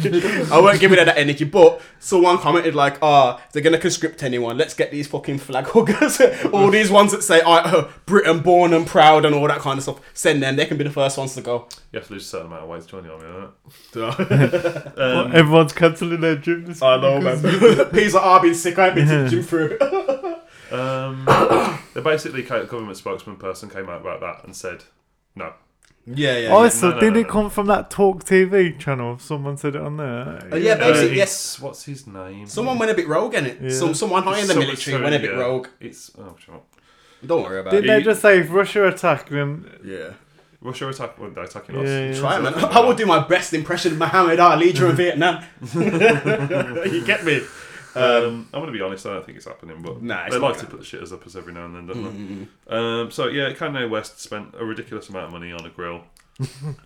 S3: I won't give it that energy, but someone commented like, "Ah, if they're gonna conscript anyone. Let's get these fucking flag huggers, [laughs] all these ones that say, "I uh, Britain born and proud" and all that kind of stuff. Send them; they can be the first ones to go.
S4: You have to lose a certain amount of weight to join the army, don't
S3: [laughs]
S2: Everyone's cancelling their gym. This I [laughs]
S3: Peas are I've been sick. I ain't been to the gym [laughs] through.
S4: it? Um, [coughs] they basically, a government spokesman person came out about that and said, no.
S3: yeah, yeah.
S2: Oh, so
S4: no,
S2: did
S4: no,
S2: it
S4: no.
S2: come from that Talk TV channel? Someone said it on there.
S3: Uh, yeah,
S4: Uh,
S3: basically,
S4: it's-
S3: yes.
S4: What's his name?
S3: Someone went a bit rogue, innit? it. Some someone high in the
S4: Someone-
S3: military went a bit
S4: yeah.
S3: rogue.
S4: It's oh, sure.
S3: Don't worry about
S2: Did
S3: it.
S2: they
S4: you-
S2: just say if Russia attack then?
S3: Yeah.
S4: Russia attack. Well, they're attacking us.
S2: Yeah, yeah.
S3: Try it, man. [laughs] I will do my best impression of Muhammad
S2: [laughs]
S3: Ali during Vietnam. you get me?
S4: Um, I'm going to be honest, I don't think it's happening, but
S3: Nah, it's
S4: they
S3: not
S4: like to
S3: gonna Mm-hmm.
S4: put shit as up as every now and then, don't they? Um, so, yeah, Kanye West spent a ridiculous amount of money on
S2: [laughs]
S4: a grill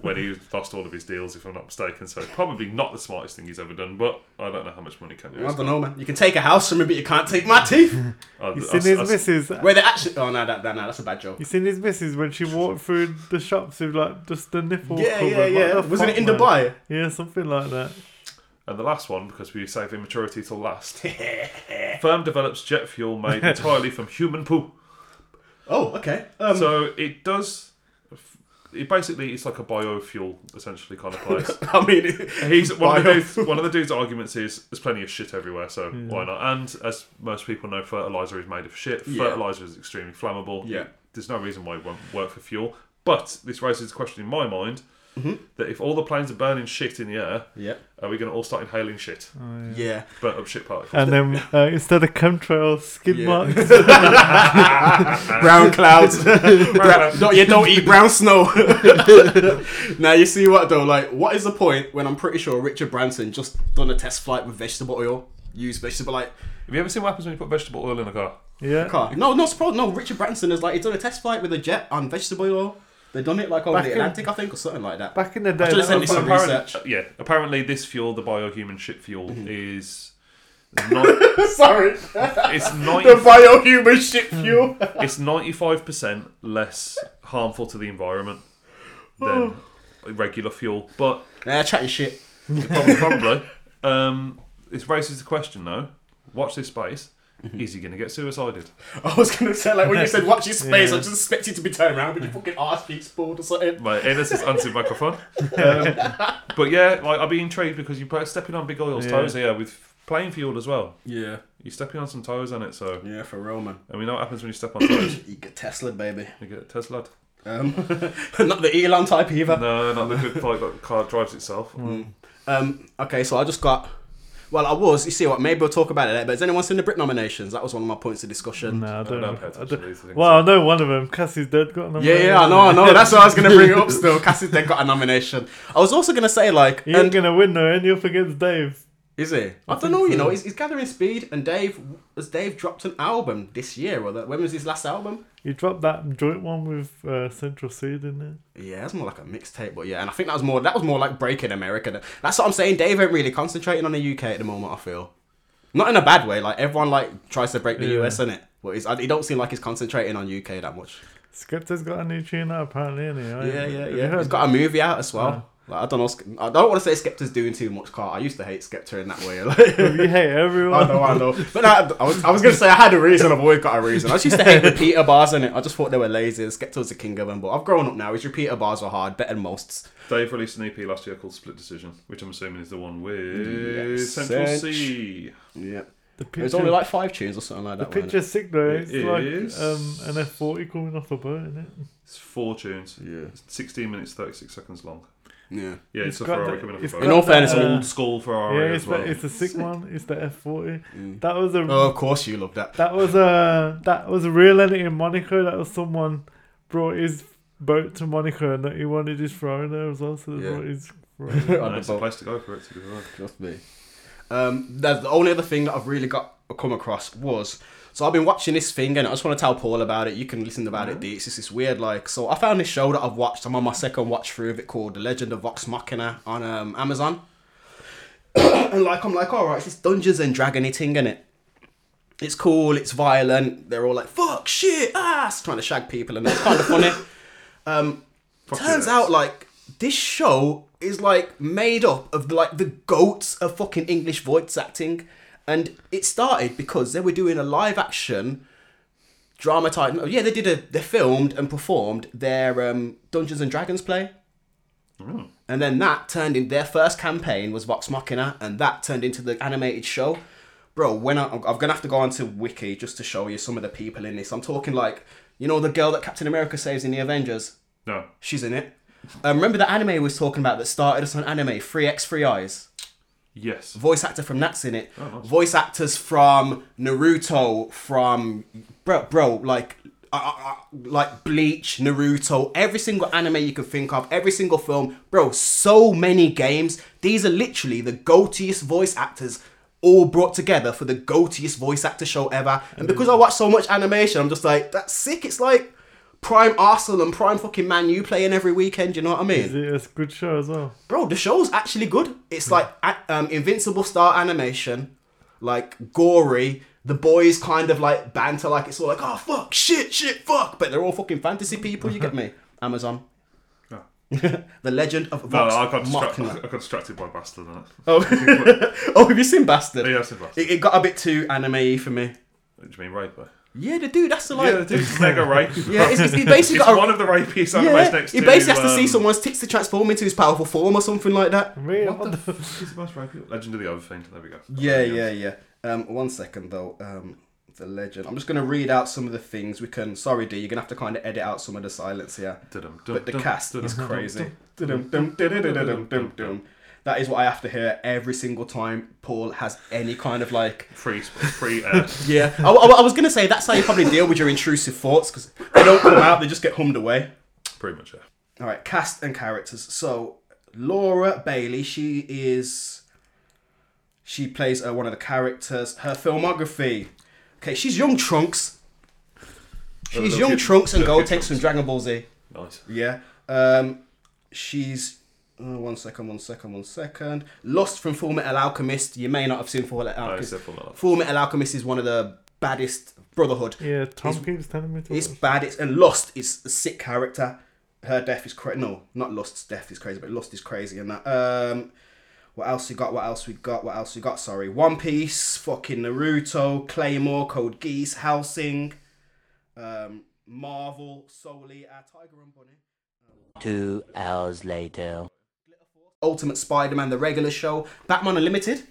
S4: when he lost all of his deals, if I'm not mistaken. So, probably not the smartest thing he's ever done, but I don't know how much money Kanye
S3: I
S4: has.
S3: don't know, man. You can take a house from me, but you can't take
S2: [laughs]
S3: my teeth.
S4: I-
S2: You
S4: I-
S2: seen his
S4: I-
S2: missus?
S3: Where they actually? Oh no, that, that, no, that's a bad joke.
S2: You seen his missus when she walked through the shops with like just the nipple?
S3: Yeah,
S2: covered?
S3: yeah,
S2: What
S3: yeah.
S2: the
S3: Wasn't
S2: fuck,
S3: it in
S2: man?
S3: Dubai?
S2: Yeah, something like that.
S4: And the last one, because we save immaturity
S3: [laughs]
S4: till last. Firm develops jet fuel
S2: [laughs]
S4: made entirely from human poo.
S3: Oh, okay. Um, [laughs]
S4: So, it does. It basically, it's like a biofuel, essentially, kind of place. [laughs]
S3: I mean, [laughs]
S4: He's one of, the
S3: Bio-
S4: dudes, one of the dude's arguments is there's plenty of shit everywhere, so why not? And as most people know, fertilizer is made of shit.
S3: Yeah.
S4: Fertilizer is extremely flammable.
S3: Yeah.
S4: there's no reason why it won't work for fuel. But this raises the question in my mind that if all the planes are burning shit in the air,
S3: yeah,
S4: are we going to all start inhaling shit,
S3: Oh, yeah.
S4: burnt up shit particles?
S2: And
S3: [laughs]
S2: then uh, instead of chemtrails, skid
S3: Yeah. [laughs]
S2: marks.
S3: brown clouds. [laughs] Brown- don't, yeah, don't eat brown snow. [laughs] now you see what though? Like, what is the point when I'm pretty sure Richard Branson just done a test flight with vegetable oil? Used vegetable like
S4: Have you ever seen what happens when you put vegetable oil in a car?
S2: Yeah.
S3: car. No, no, surprise. No, Richard Branson is like he done a test flight with a jet on vegetable oil. They done it like over
S2: Back
S3: the
S2: in-
S3: Atlantic, I think, or something like that.
S2: Back in the day,
S3: should've
S2: that
S3: sent
S2: was
S3: you some
S2: like-
S3: research.
S4: uh,
S3: Mm-hmm.
S4: yeah, apparently this fuel, the biohuman shit fuel, is. Not,
S3: Sorry, [laughs]
S4: it's 90
S3: the biohuman
S2: [laughs]
S3: shit fuel.
S4: it's 95% less harmful to the environment than
S3: [sighs]
S4: regular fuel. But
S3: nah, chatting shit. [laughs]
S4: probably, probably um, it raises the question though watch this space.
S3: Mm-hmm.
S4: Is he going to get suicided?
S3: I was gonna say, like when you said watch your
S2: [laughs]
S3: space,
S2: Yeah.
S3: I just expected to be turned around with your fucking arse cheeks pulled or something.
S4: My Ennis is answered microphone. Um, but yeah, like I'd be intrigued because you're stepping on Big Oil's
S2: Yeah.
S4: toes here with plain fuel as well.
S3: Yeah.
S4: You're stepping on some toes on it, so
S3: Yeah, for real, man.
S4: and we know what happens when you step on toes.
S3: You get Tesla, baby.
S4: You get a Tesla.
S3: Um, [laughs] not the Elon type either.
S4: No, not the good like that car drives itself.
S3: Um, okay, so I just got. Well, I was. You see what? Maybe we'll talk about it later. But has anyone seen the Brit nominations? That was one of my points of
S2: [laughs]
S3: discussion.
S2: Nah, I
S4: I
S2: don't
S4: don't
S2: know.
S4: pay
S2: I
S4: attention
S2: don't-
S4: to these things.
S2: Well, I know one of them. Cassie's dead. Got another.
S3: Yeah, yeah, I know,
S2: [laughs]
S3: I know. That's why I was gonna bring it up. Still, Cassie, they got a nomination. I was also gonna say like,
S2: He ain't
S3: and
S2: gonna win though, and you're up against Dave.
S3: Is he? I, don't know. You know, he's, he's gathering speed. And Dave, has Dave dropped an album this year? Or that, when was his last album?
S2: You dropped that joint one with uh, Central C, didn't it?
S3: Yeah, that's more like a mixtape, but yeah, and I think that was more that was more like breaking America. than- That's what I'm saying. Dave ain't really concentrating on the UK at the moment. I feel not in a bad way. Like everyone like tries to break the
S2: Yeah.
S3: US in it, but he's, I- he don't seem like he's concentrating on UK that much.
S2: Skepta's got a new tune out apparently, isn't he? I-
S3: Yeah, yeah,
S2: have you
S3: yeah.
S2: heard
S3: He's got a movie out as well. Like, I don't know. Ske- I don't want to say Skepta's doing too much. Car. I used to hate Skepta in that way. [laughs] Like,
S2: that? [laughs] you hate everyone.
S3: I know, I know. But no, I, was, I was gonna say I had a reason. I've always got a reason. I just used to hate repeater bars in it. I just thought they were lazy. and Skepta was the king of them. But I've grown up now. His repeater bars are hard, better than most.
S4: Dave released an EP last year called Split Decision, which I'm assuming is the one with
S3: Yes.
S4: Central
S3: Cinch.
S4: C.
S3: Yeah.
S2: the
S3: It
S2: picture,
S3: was only like five tunes or something like
S2: the
S3: that. wasn't it?
S2: picture's sick though. eh? It's
S4: It
S2: like
S4: is.
S2: um, an F forty coming off a boat, isn't it?
S4: It's four tunes.
S3: Yeah.
S4: It's 16 minutes 36 seconds long.
S3: Yeah.
S4: Yeah,
S2: It's
S4: it's, a
S2: got
S4: Ferrari
S2: the-
S4: coming off
S2: it's
S4: a boat.
S3: In all fairness,
S4: it's
S2: uh,
S4: old school Ferrari
S2: yeah, it's,
S4: as well.
S2: the, it's a sick, one. It's the F forty. That was a
S3: Oh, of course you love [laughs] that.
S2: that was a that was a real entity in Monaco. That was someone brought his boat to Monaco and that he wanted his throne there as well. So they
S3: Yeah.
S2: brought his
S3: On
S2: throne.
S3: the
S4: No, it's a
S3: boat.
S4: place to go for it to be fair.
S3: Trust me. Um, that's the only other thing that I've really got come across was so I've been watching this thing and I just want to tell Paul about it. You can listen about it. It's just this weird like so I found this show that I've watched. I'm on my second watch through of it called The Legend of Vox Machina on um, Amazon. and like I'm like, all right, it's this Dungeons and Dragony thing in it. It's cool. It's violent. They're all like fuck, shit, ass, trying to shag people, and it's kind of funny. [laughs] Um,
S4: Fuck
S3: turns
S4: yes.
S3: out like this show is like made up of like the goats of fucking English voice acting, and it started because they were doing a live action dramatized. Yeah, they did a they filmed and performed their um, Dungeons and Dragons play.
S4: Mm.
S3: And then that turned in their first campaign was Vox Machina, and that turned into the animated show. Bro, when I, I'm gonna have to go onto Wiki just to show you some of the people in this. I'm talking like, you know, the girl that Captain America saves in the Avengers.
S4: No.
S3: She's in it. Um, remember that anime we was talking about that started us on anime, Free X Free Eyes.
S4: Yes.
S3: Voice actor from that's in it. Voice actors from Naruto, from bro, bro, like. Uh, uh, like Bleach, Naruto, every single anime you can think of, every single film, bro, so many games. These are literally the goatiest voice actors all brought together for the goatiest voice actor show ever. And because I watch so much animation, I'm just like, that's sick. It's like prime Arsenal and prime fucking Man U playing every weekend. You know what I mean?
S2: Is it- It's a good show as well.
S3: bro, the show's actually good.
S4: Hmm.
S3: It's like a- um, Invincible style animation, like gory. The boys kind of like banter, like it's all like, oh fuck, shit, shit, fuck, but they're all fucking fantasy people. You get
S4: [laughs]
S3: me? Amazon.
S4: No.
S3: [laughs] The Legend of
S4: Oh. No,
S3: Vox
S4: I got, distracted.
S3: Machina.
S4: I got distracted by Bastard and that. [laughs]
S3: Oh. [laughs] oh, have you seen Bastard?
S4: Yeah, I've seen Bastard.
S3: It, it got a bit too anime for me.
S4: What do you mean, rape? though?
S3: [laughs] Yeah, the dude, that's the like.
S4: yeah, the [laughs] dude's mega rape.
S3: Yeah, it's, it's, he basically
S4: It's
S3: got a,
S4: one of the rapiest animes
S3: yeah,
S4: next
S3: he
S4: to
S3: basically has to
S4: um,
S3: see someone's tits to transform into his powerful form or something like that.
S2: Really? What the
S4: He's the most rapey. Legend of the Other Thing. There we go.
S3: Yeah, yeah, yeah. Um, one second though. Um, the legend. I'm just gonna read out some of the things we can. Sorry, D, you're gonna have to kind of edit out some of the silence here.
S4: Dum, dum,
S3: But the
S4: dum,
S3: cast
S4: dum,
S3: is
S4: dum,
S3: crazy.
S4: dum, dum,
S3: That is what I have to hear every single time Paul has any kind of like.
S4: Free, sp- free air.
S3: Yeah, I, I- I was gonna say that's how you probably deal with your intrusive thoughts because they don't come out; they just get hummed away.
S4: Pretty much, yeah.
S3: All right, cast and characters. So Laura Bailey, she is. She plays uh, one of the characters. Her filmography. Okay, she's young Trunks. She's
S4: Little
S3: young
S4: kid-
S3: Trunks and
S4: little kid
S3: Gotenks from
S4: Trunks.
S3: Dragon Ball Z.
S4: Nice.
S3: Yeah. Um, she's. uh, one second, one second, one second. Lost from Full Metal Alchemist. You may not have seen Full Metal
S4: I
S3: Alchemist.
S4: said for that.
S3: Full Metal Alchemist is one of the baddest Brotherhood.
S2: Yeah, Tom keeps telling me to.
S3: It's
S2: watch.
S3: bad. It's and Lost is a sick character. Her death is crazy. No, not Lost's death is crazy, but Lost is crazy and that. Um, what else we got? What else we got? What else we got? Sorry, One Piece, fucking Naruto, Claymore, Code Geese, Helsing, um, Marvel, Soli, uh, Tiger and Bunny.
S5: Two hours later.
S3: Ultimate Spider-Man, the regular show, Batman Unlimited.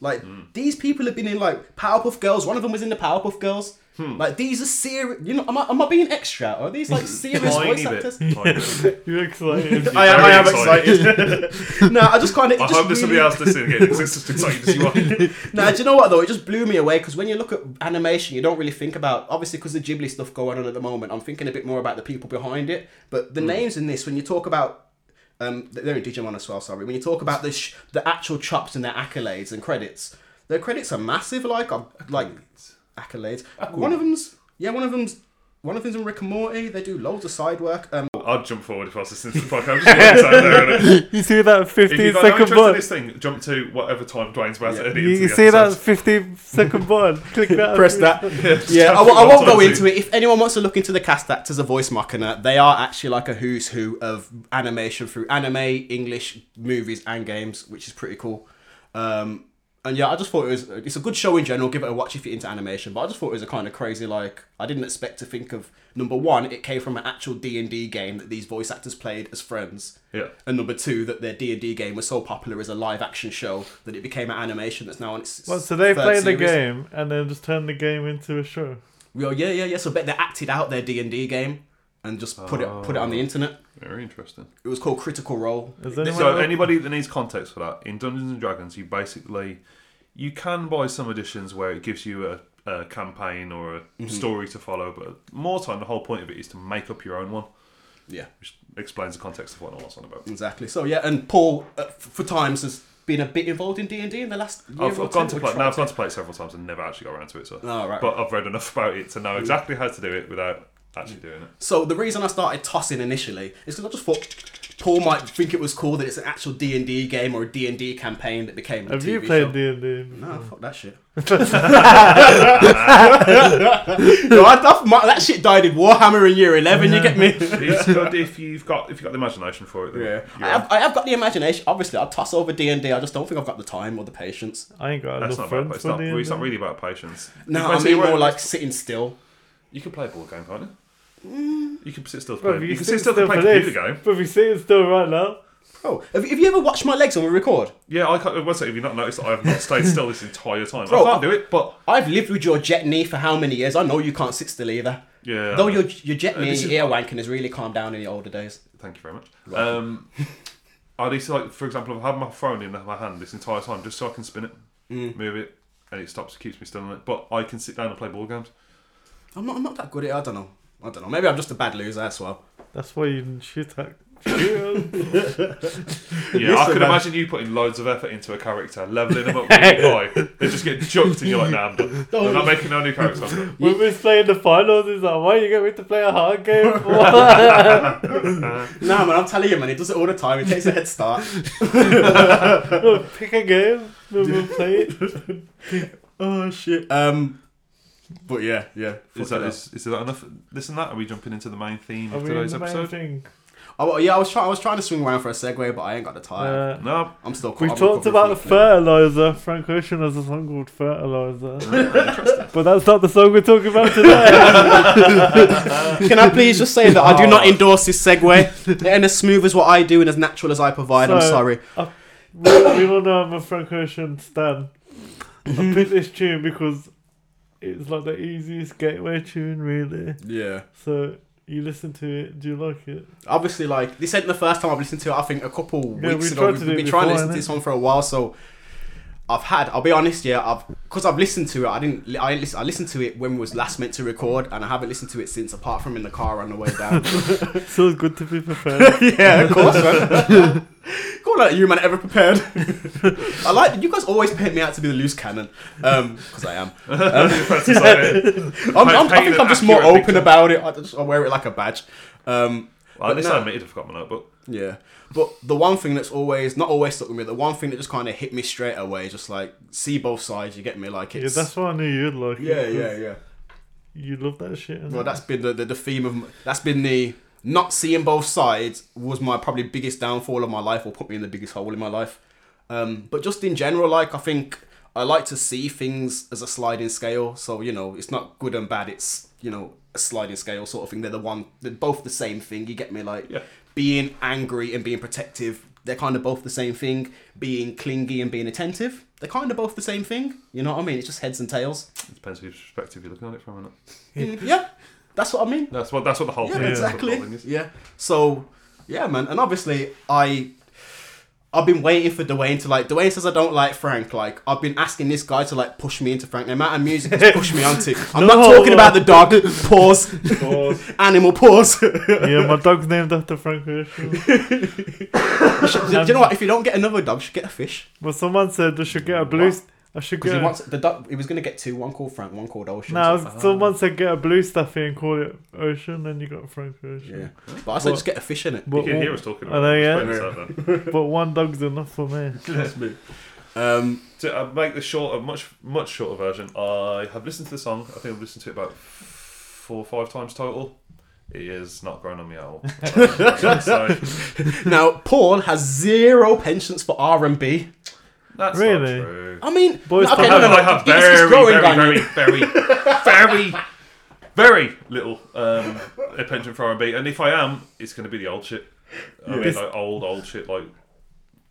S3: Like
S4: Hmm.
S3: these people have been in like Powerpuff Girls. One of them was in the Powerpuff Girls.
S4: Hmm.
S3: Like these are serious. You know, am I, am I being extra? Are these
S4: [laughs]
S3: like serious voice
S4: Tiny
S3: actors?
S4: bit. Tiny
S3: [laughs]
S4: bit.
S2: You're excited.
S3: I am, I am
S4: Very
S3: excited. no, I just kind of.
S4: I hope there's somebody else listening again because it's just exciting to see what.
S3: [laughs] Nah, do you know what though? It just blew me away because when you look at animation, you don't really think about obviously because the Ghibli Mm. stuff going on at the moment. I'm thinking a bit more about the people behind it, but the names in this when you talk about um, they're in Digimon as well. Sorry, when you talk about the sh- the actual chops and their accolades and credits, their credits are massive. Like, I'm, like accolades. One of them's yeah, one of them's one of them's in Rick and Morty. They do loads of side work. Um, [laughs]
S4: I'll jump forward if I was listening to the podcast. Just out there, innit?
S2: You see that
S4: If you've
S2: 15
S4: got no
S2: second
S4: interest in
S2: button?
S4: this thing, jump to whatever time Dwayne's about
S3: Yeah.
S4: to edit.
S2: You,
S4: into
S2: you
S4: the
S2: see that
S4: episode.
S2: 15 second button? Click that.
S3: [laughs] press that. Yeah, I, w- I won't go into it. If anyone wants to look into the cast actors of voice machina, they are actually like a who's who of animation through anime, English movies, and games, which is pretty cool. Um, and yeah, I just thought it was it's a good show in general. Give it a watch if you're into animation. But I just thought it was a kind of crazy. Like I didn't expect to think of number one. It came from an actual D and D game that these voice actors played as friends.
S4: Yeah.
S3: And number two, that their D and D game was so popular as a live action show that it became an animation that's now on its.
S2: Well, so they
S3: third
S2: play the
S3: series.
S2: game and then just turn the game into a show.
S3: Well, yeah, yeah, yeah. So bet they acted out their D and D game and just put it put it on the internet.
S4: Very interesting.
S3: It was called Critical Role.
S2: Is
S4: So
S2: anyone
S4: anybody that needs context for that, in Dungeons and Dragons, you basically you can buy some editions where it gives you a, a campaign or a
S3: Mm-hmm.
S4: story to follow, but more time the whole point of it is to make up your own one,
S3: Yeah,
S4: which explains the context of what I was on about.
S3: exactly. So yeah, and Paul uh, f- for times has been a bit involved in D and D in the last. Year
S4: I've,
S3: or
S4: I've
S3: two,
S4: gone to
S3: or
S4: play.
S3: tried
S4: Now I've gone to play it several times and never actually got around to it. So,
S3: Oh, right. Mm.
S4: but I've read enough [laughs] about it to know exactly how to do it without
S3: [laughs]
S4: actually doing it.
S3: So the reason I started tossing initially is because I just thought Paul might think it was cool that it's an actual D and D game or a D and D campaign that became. A
S2: have
S3: TV
S2: you played
S3: show.
S2: D and D?
S3: No, fuck that shit. [laughs]
S4: [laughs]
S3: no, I, I, my, that shit died in Warhammer in year eleven. You get me?
S4: It's good if you've got if you've got the imagination for it. Then
S3: I
S4: you're
S3: have,
S4: on.
S3: I have got the imagination. Obviously, I'll toss over D and D. I just don't think I've got the time or the patience.
S2: I ain't got
S4: That's not
S2: enough
S4: about,
S2: friends
S4: it's
S2: for
S4: not,
S2: D
S4: it's not
S2: and D.
S4: really about patience. You
S3: No,
S4: play-
S3: I
S4: so
S3: mean
S4: you
S3: more
S4: won't-
S3: like sitting still.
S4: you can play a board game, can't you? You can sit still. to
S2: Bro,
S4: play-
S2: if
S4: You can
S2: sit
S4: sit still to play a
S2: for this,
S4: computer game.
S2: But we sit still right now.
S3: Bro, have, have you ever watched my legs when we record?
S4: Yeah, I can't. One second, have you not noticed that I have not stayed still this entire time?
S3: Bro,
S4: I can't
S3: I-
S4: do it, but
S3: I've lived with your jet knee for how many years? I know you can't sit still either.
S4: yeah.
S3: Though your your jet knee
S4: this
S3: and
S4: is-
S3: ear wanking has really calmed down in the older days.
S4: Thank you very much. Um, I need to like, for example, I've had my phone in my hand this entire time just so I can spin it,
S3: Mm.
S4: move it, and it stops, keeps me still on it. But I can sit down and play board games.
S3: I'm not. I'm not that good at it. I don't know. I don't know. Maybe I'm just a bad loser. That's why.
S2: That's why you didn't shoot at.
S4: [laughs]
S2: Shoot.
S4: Yeah, I could imagine you putting loads of effort into a character, leveling them up really high. They just get chucked, and you're like, nah, I'm done. I'm not making no new character. I'm done.
S2: when we playing the finals, it's like, why you get me to play a hard
S4: [laughs]
S2: game? for?"
S3: [laughs] Nah, man. I'm telling you, man. It does it all the time. It takes a head start.
S2: Look, Pick a game, then we'll play
S4: [laughs]
S2: it.
S3: oh shit. [laughs] Um. But yeah, yeah. Fucking
S4: Is that,
S3: hell.
S4: is, is that enough? This and that? Are we jumping into the main theme
S2: Are
S4: of
S2: we in
S4: today's
S2: the main
S4: episode?
S2: thing?
S3: Oh, well, yeah, I was trying. I was trying to swing around for a segue, but I ain't got the time.
S2: Uh, [laughs]
S4: No.
S3: I'm still.
S2: We
S3: I'm
S2: talked
S3: recovering
S2: about
S3: from
S2: the
S3: the flu.
S2: fertilizer. Frank Ocean has a song called
S3: [laughs]
S2: Fertilizer. but that's not the song we're talking about today.
S3: Can I please just say that I
S2: [laughs]
S3: do
S2: Oh.
S3: not endorse this segue? And as smooth as what I do and as natural as I provide, I'm
S2: So-
S3: sorry.
S2: we, we all know I'm a Frank Ocean stan. I picked this tune because it's like the easiest gateway tune, really.
S3: Yeah.
S2: So you listen to it. Do you like it?
S3: Obviously, like, this ain't the first time I've listened to it. I think a couple weeks
S2: Yeah, we
S3: ago,
S2: tried
S3: we've
S2: to do
S3: been
S2: it
S3: trying to
S2: before,
S3: listen to
S2: innit?
S3: this one for a while, so I've had, I'll be honest, yeah, I've, because I've listened to it, I didn't, li- I, didn't listen, I listened to it when it was last meant to record, and I haven't listened to it since, apart from in the car on the way
S2: [laughs]
S3: down.
S2: It's always good to be
S3: [laughs]
S2: prepared.
S3: yeah, of course, [laughs] man. Call like you, man, ever prepared. [laughs] I like, you guys always paint me out to be the loose cannon, because I am.
S2: [laughs]
S3: I'm, I'm, I think I'm just more open about it. I just I wear it like a badge. Um,
S4: Well, at
S3: but
S4: least
S3: no,
S4: I admitted I've got my notebook.
S3: yeah. But the one thing that's always not always stuck with me, the one thing that just kind of hit me straight away, just like see both sides. You get me, like
S2: yeah,
S3: it's
S2: that's why I knew you'd like
S3: yeah,
S2: it. 'cause
S3: yeah, yeah.
S2: You love that shit.
S3: Well, that's been the, the the theme of m- that's been the not seeing both sides was my probably biggest downfall of my life, or put me in the biggest hole in my life. Um, but just in general, like I think I like to see things as a sliding scale. So you know, it's not good and bad. It's you know a sliding scale sort of thing. They're the one. They're both the same thing. You get me? Like
S4: Yeah.
S3: being angry and being protective. They're kind of both the same thing. Being clingy and being attentive. They're kind of both the same thing. You know what I mean? It's just heads and tails.
S4: It depends which perspective you're looking at it from. Isn't it?
S3: Mm, yeah, that's what I mean.
S4: That's what that's what the whole
S3: Yeah,
S4: thing is. that's what the
S3: exactly.
S4: whole thing is.
S3: Yeah. So, yeah, man. And obviously, I I've been waiting for Dwayne to like. Dwayne says I don't like Frank. Like I've been asking this guy to like push me into Frank. The amount of music
S4: [laughs]
S3: he's pushed me onto. I'm
S2: No.
S3: not talking about the dog. Pause.
S2: Pause.
S3: Animal
S4: [laughs]
S3: pause. Do
S2: [laughs] yeah, my dog's named after Frank
S3: [laughs]
S2: Ocean.
S3: you know what? If you don't get another dog, you should get a fish.
S2: Well, someone said I should get a blue.
S3: What?
S2: I should
S3: Because
S2: get.
S3: he
S2: A,
S3: wants the dog. He was gonna get two. One called Frank. One called Ocean.
S2: no, someone said get a blue stuffy and call it Ocean, and you got Frank Ocean.
S3: Yeah. But I said just get a fish in it.
S2: But,
S4: You can hear
S2: one,
S4: us talking
S2: I
S4: about
S2: know,
S4: it.
S2: yeah.
S4: Explain yourself then.
S2: but one dog's enough for
S3: [laughs]
S2: me.
S3: Um,
S4: To uh, make the shorter, much much shorter version, I have listened to the song. I think I've listened to it about four or five times total. It is not growing on me
S2: [laughs]
S4: at all. So,
S3: now Paul has zero penchants for R and B.
S4: that's not
S2: Really?
S4: true.
S3: I mean,
S2: Boys
S3: no, okay,
S4: I
S3: no,
S4: have,
S3: no, no.
S4: I have
S3: it's-
S4: very,
S3: it's growing on you.
S4: very, very, very, very, very little um, a penchant for R&B. And if I am, it's going to be the old shit. I mean,
S2: Yes.
S4: like old, old shit, like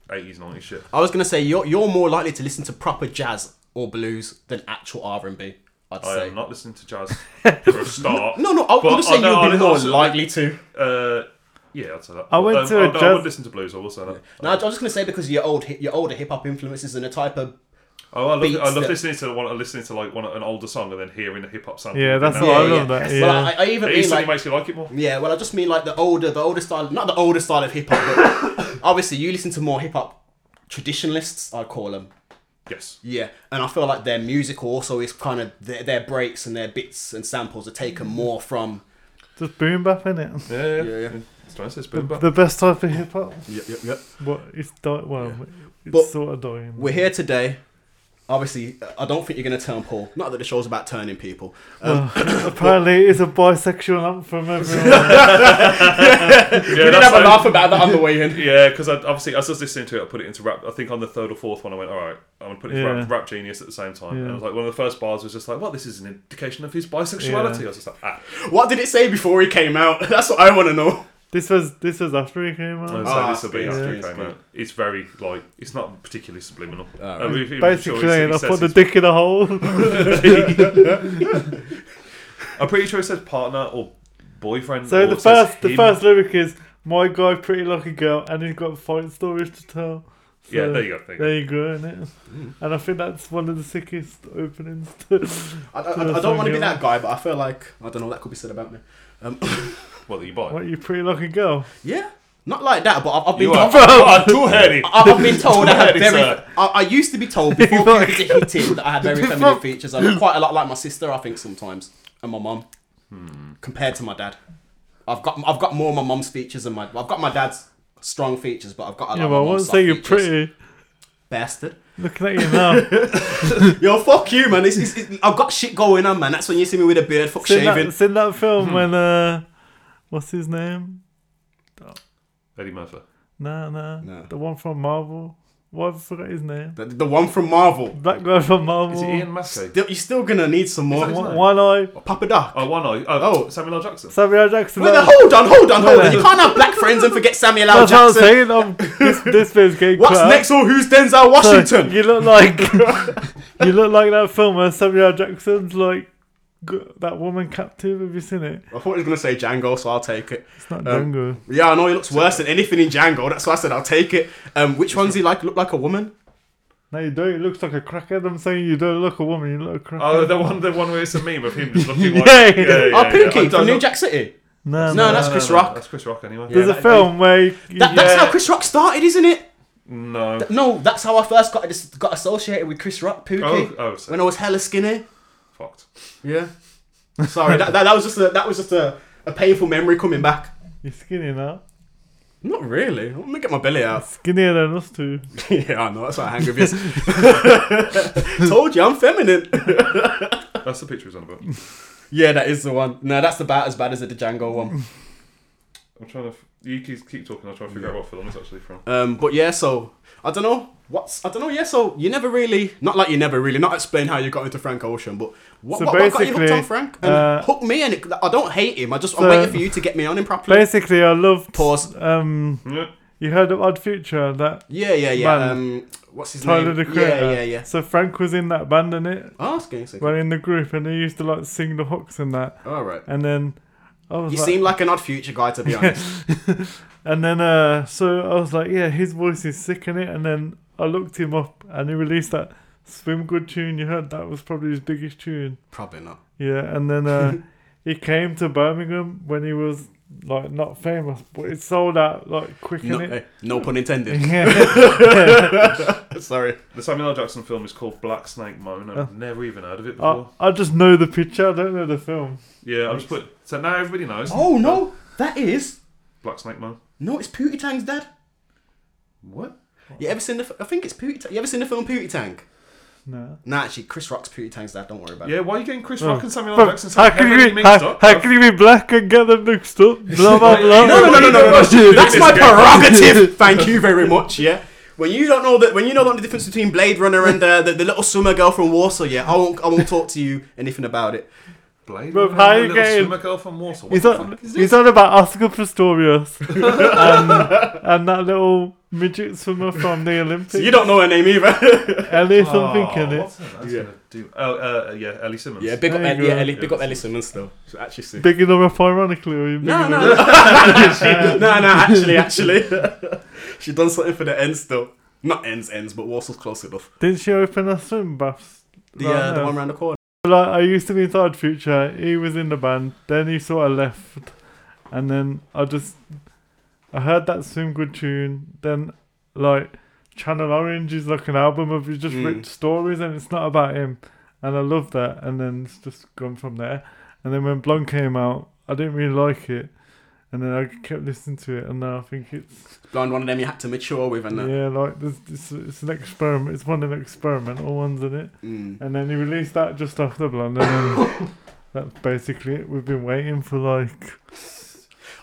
S4: 80s, 90s shit.
S3: I was gonna say you're you're more likely to listen to proper jazz or blues than actual R and B. I'd
S4: I
S3: say.
S4: am not listening
S3: [laughs]
S4: to jazz for a start.
S3: No, no. I
S4: But
S3: am just saying
S4: I know-
S3: you'd be
S4: I
S3: more
S4: also-
S3: likely to.
S4: Uh, yeah, I'd say that.
S2: I went
S4: um,
S2: to
S4: I,
S2: a
S4: I
S2: jazz-
S4: would listen to blues, I will say that.
S3: No, I was just gonna say because your old hi- your older hip hop influences and the type of
S4: Oh, I love,
S3: beats
S4: I love
S3: that-
S4: listening to one, listening to like one an older song and then hearing a hip hop sample.
S2: Yeah, that's
S4: You know,
S2: what Oh, I
S4: like,
S2: love that, yeah.
S3: Well, I, I even
S4: It
S3: mean
S4: instantly
S3: like
S4: makes you like it more.
S3: yeah. Well, I just mean like the older the older style, not the older style of hip hop,
S4: [laughs]
S3: but obviously you listen to more hip hop traditionalists. I'd call them.
S4: Yes.
S3: Yeah, and I feel like their music also is kind of their, their breaks and their bits and samples are taken more from.
S2: Just boom bap in
S3: [laughs]
S2: it.
S4: Yeah, yeah.
S3: Yeah, yeah.
S4: It's nice. It's boom bap.
S2: The best type of hip hop.
S3: Yep, yep, yep.
S2: What it's di- well, it's
S3: But-
S2: sort of dying.
S3: We're here today. Obviously, I don't think you're going to turn Paul. Not that the show's about turning people. Um,
S2: Apparently, it's a bisexual anthem. Everyone.
S3: [laughs]
S4: Yeah,
S3: we did
S4: that's
S3: have a
S4: like-
S3: laugh about that on the way in.
S4: Yeah, because I obviously as I was listening to it, I put it into rap. I think on the third or fourth one, I went, "All right, I'm gonna put it into
S2: Yeah.
S4: rap, rap genius at the same time." And I
S2: Yeah.
S4: was like, one of the first bars was just like, "Well, this is an indication of his bisexuality." I
S2: Yeah.
S4: was just like, "Ah,
S3: [laughs] What did it say before he came out? [laughs] That's what I want to know.
S2: this was this was after he came out.
S4: so
S3: Ah,
S4: this will be
S3: yeah,
S4: after it
S3: it's
S4: came
S3: good. Ah,
S4: out." It's very like it's not particularly subliminal.
S3: Alright.
S4: Um, if- if-
S2: Basically,
S4: sure, he- he
S2: I
S4: says
S2: put the
S4: he's-
S2: dick in a
S3: [laughs]
S2: hole. [laughs]
S4: I'm pretty sure it says partner or boyfriend.
S2: so
S4: or
S2: the
S4: it says
S2: first the
S4: him.
S2: first lyric is my guy, pretty lucky girl, and he's got fight stories to tell. So
S4: Yeah, there you go. There you go.
S2: uh, There you go, innit?
S3: Mm.
S2: And I think that's one of the sickest openings. To,
S3: I, I- I- I
S2: That's
S3: don't want to be
S2: good.
S3: that guy, but I feel like I don't know. That could be said about me. Um, [laughs]
S4: What are you buying?
S2: what you pretty lucky girl?
S3: yeah, not like that, but I've, I've been.
S4: You are,
S3: told-
S4: you are
S2: [laughs]
S4: too hairy.
S3: I- I've been told
S4: [laughs]
S3: I have
S4: Too
S3: very.
S4: early, sir.
S3: I, I used to be told before people hit it that I
S2: [laughs]
S3: had very feminine features. I look quite a lot like my sister, I think, sometimes, and my mum,
S4: Hmm.
S3: compared to my dad. I've got I've got more of my mum's features than my. I've got my dad's strong features, but I've got a lot
S2: Yeah,
S3: of
S2: but
S3: my
S2: I wouldn't
S3: mum's soft
S2: say you're
S3: features.
S2: pretty.
S3: bastard.
S2: Looking at you
S3: [laughs]
S2: now,
S3: Yo, fuck you, man. It's, it's, it's, I've got shit going on, man. That's when you see me with a beard, fuck
S2: seen
S3: shaving. Hmm.
S2: that, seen that film when uh, what's his name?
S4: Eddie Murphy.
S2: Nah, nah,
S3: No.
S2: the one from Marvel. What I forgot his name?
S3: The, the one from Marvel.
S2: That guy from Marvel.
S4: Is it Ian Massey?
S3: You're still gonna need some more.
S2: One, one eye.
S3: Papa Doc.
S4: Oh, one eye. Oh,
S3: Oh.
S4: Samuel L. Jackson.
S2: Samuel L. Jackson.
S3: Wait,
S2: that-
S3: hold on, hold on, hold on.
S2: Wait. [laughs]
S3: You can't have black friends and forget Samuel L.
S2: That's what I'm
S3: Jackson.
S2: saying. I'm,
S3: [laughs]
S2: this, this bit's getting
S3: What's
S2: cut out.
S3: next or who's Denzel
S2: So,
S3: Washington?
S2: You look like
S3: [laughs]
S2: you look like that film where Samuel L. Jackson's like g- that woman captive. Have you seen it?
S3: I thought he was going to say Django, so I'll take it.
S2: It's not
S3: Um,
S2: Django.
S3: Yeah, I know he looks worse than anything in Django. That's why I said I'll take it. Um, which one's he like? Look like a woman?
S2: No, you don't. You look like a crackhead. I'm saying you don't look a woman. You look a crackhead.
S4: Oh, the one, the one where it's a meme of him just
S2: [laughs]
S4: looking like.
S2: Yeah.
S3: Oh, Pinky
S4: I don't
S3: from New
S4: know-
S3: Jack City.
S2: no,
S3: No,
S2: no.
S3: that's Chris Rock.
S4: That's Chris Rock anyway.
S2: There's a
S3: that-
S2: film where you,
S3: That, That's
S4: Yeah.
S3: how Chris Rock started, isn't it?
S4: No.
S3: No, that's how I first got got associated with Chris Rock, Pookie.
S4: Oh, oh, so
S3: when I was hella skinny.
S4: fucked.
S3: Yeah. Sorry, that, that, that was just a, that was just a, a painful memory coming back.
S2: you're skinny now.
S3: Not really. I'm gonna get my belly out. [laughs]
S2: Skinnier than us two.
S3: yeah, I know. That's why I hang with you. Told you, [laughs] I'm feminine.
S4: That's the picture he's on about.
S3: Yeah, that is the one. No, that's about as bad as the
S2: [laughs]
S3: Django one.
S4: I'm trying to. F- you keep, keep talking. I'm trying to figure out what film it's actually from.
S3: Um, but yeah, so I don't know. What's I don't know. Yeah, so you never really, not like you never really, not explain how you got into Frank Ocean, but what,
S2: So
S3: what, what got you hooked
S2: basically,
S3: on Frank? And
S2: uh,
S3: hook me, and it, I don't hate him. I just I'm
S2: so-
S3: waiting for you to get me on him properly.
S2: Basically, I loved.
S3: Pause.
S2: Um,
S4: Yeah.
S2: you heard of Odd Future that
S3: Yeah, yeah, yeah.
S2: Man.
S3: Um, what's his
S2: Tyler
S3: name?
S2: the Creator.
S3: Yeah, yeah, yeah.
S2: So Frank was in that band and it,
S3: Oh, that's getting sick.
S2: well in the group, and they used to like sing the hooks and that.
S3: All right.
S2: And then I was
S3: You
S2: like, [laughs]
S3: seem like an odd future guy, to be honest.
S2: And then, uh, so I was like, yeah, his voice is sick in it. And then I looked him up and he released that Swim Good tune you heard. That was probably his biggest tune.
S3: Probably not.
S2: Yeah, and then
S3: [laughs]
S2: uh, he came to Birmingham when he was like not famous, but it sold out like quick
S3: No,
S2: in it.
S3: eh, no
S2: [laughs]
S3: pun intended. [laughs]
S2: Yeah,
S3: Sorry.
S4: The Samuel L. Jackson film is called Black Snake Moan.
S2: Oh.
S4: I've never even heard of it
S2: I,
S4: before.
S2: I just know the picture. I don't know the film.
S4: yeah, I'm just put. So now everybody knows.
S3: Oh no, that is
S4: Black Snake Moan.
S3: no. It's Pootie Tang's dad.
S4: What?
S3: You ever seen the? f- I think it's Pootie. Tang. You ever seen the film Pootie Tang?
S2: No.
S3: Nah, actually, Chris Rock's Pootie Tang's dad. Don't worry about
S4: Yeah, why are you getting Chris Rock and Samuel L.
S2: Bro,
S4: Jackson so
S2: Oh. How can
S4: heavily
S2: you be,
S4: mixed
S2: how,
S4: up?
S2: how can you be black and get them mixed
S3: [laughs]
S2: up? Blah blah blah.
S4: No, no, no, no, no, no.
S3: it. That's [laughs] my
S4: This guy.
S3: prerogative. Thank you very much. Yeah. When you don't know that, when you don't know the difference between Blade Runner and uh, the, the little summer girl from Warsaw, yeah, I won't, I won't talk to you anything about it.
S4: Blade
S2: Bro,
S4: Runner,
S2: how you
S4: Little
S2: getting-
S4: Swimmer Girl from Warsaw.
S2: [laughs]
S4: What
S2: He's
S4: the
S2: on,
S4: fuck is
S2: he's on about Oscar
S4: [laughs]
S2: Pistorius and, and that little midget swimmer from the Olympics.
S3: So you don't know her name either.
S2: Ellie
S4: this?
S2: something
S4: Oh,
S2: in it.
S4: what's her- that's gonna do- Oh, uh, yeah, Ellie
S3: [laughs]
S4: Simmons.
S3: yeah, big up,
S2: There you
S3: Ellie, yeah,
S2: go.
S3: Ellie, big up Ellie Simmons though. She's actually sick.
S2: Bigging them up ironically, or you bigging
S3: No,
S2: them
S3: no, no, [laughs] no, no. Actually, actually, [laughs] she done something for the ends though. Not ends, ends, but Warsaw's close enough.
S2: Didn't she open a swim bath?
S3: The
S2: Right,
S3: uh, the
S2: yeah.
S3: one around the corner.
S2: Like I used to be in Third Future. He was in the band. Then he sort of left, and then I just I heard that swim good tune. Then like Channel Orange is like an album of just
S3: Mm.
S2: rich stories, and it's not about him. And I love that. And then it's just gone from there. And then when Blonde came out, I didn't really like it. And then I kept listening to it, and now I think it's
S3: Blonde one of them you had to mature with, and uh,
S2: yeah, like there's, it's, it's an experiment. It's one of the experimental ones, isn't it?
S3: mm.
S2: And then he released that just after Blonde, and then
S3: [coughs]
S2: that's basically it. We've been waiting for like,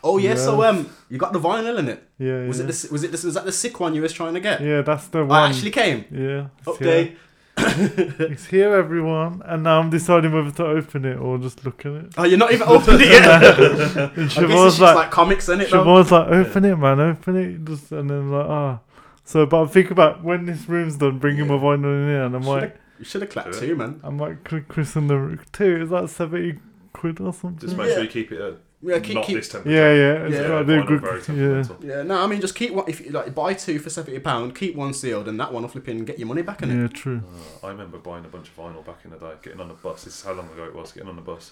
S3: Oh yeah, so
S2: Yeah.
S3: um, you got the vinyl in it.
S2: yeah,
S3: Was
S2: yeah.
S3: it this? Was it this? Was that the sick one you was trying to get?
S2: yeah, that's the
S3: I
S2: one.
S3: actually came.
S2: yeah, it's
S3: Update.
S2: Here. It's here, everyone, and now I'm deciding whether to open it or just look at it.
S3: Oh, you're
S2: [laughs]
S3: not even opened it yet.
S2: And
S3: I guess
S2: Siobhan's
S3: it's just
S2: like,
S3: like comics in it. though.
S2: Siobhan's like, open it, man, open it, just and then like, ah. So, but I think about when this room's done, bringing my vinyl in here, and I'm like,
S3: You should have clapped
S4: Do it.
S3: too, man.
S2: I might click Chris on the Rook too. It's like 70 quid or something.
S4: Just make sure you keep it at
S3: Yeah, keep,
S4: not
S3: keep,
S4: this temperature.
S2: yeah, yeah. It's
S3: Yeah,
S2: gotta
S4: why
S2: be a
S4: not
S2: good.
S4: very
S2: Yeah.
S4: temperamental?
S3: Yeah, no, I mean just keep one. If you like buy two for seventy pound, keep one sealed, and that one will flip in and get your money back in it.
S2: Yeah, true.
S4: Uh, I remember buying a bunch of vinyl back in the day, getting on a bus. This is how long ago it was, getting on the bus.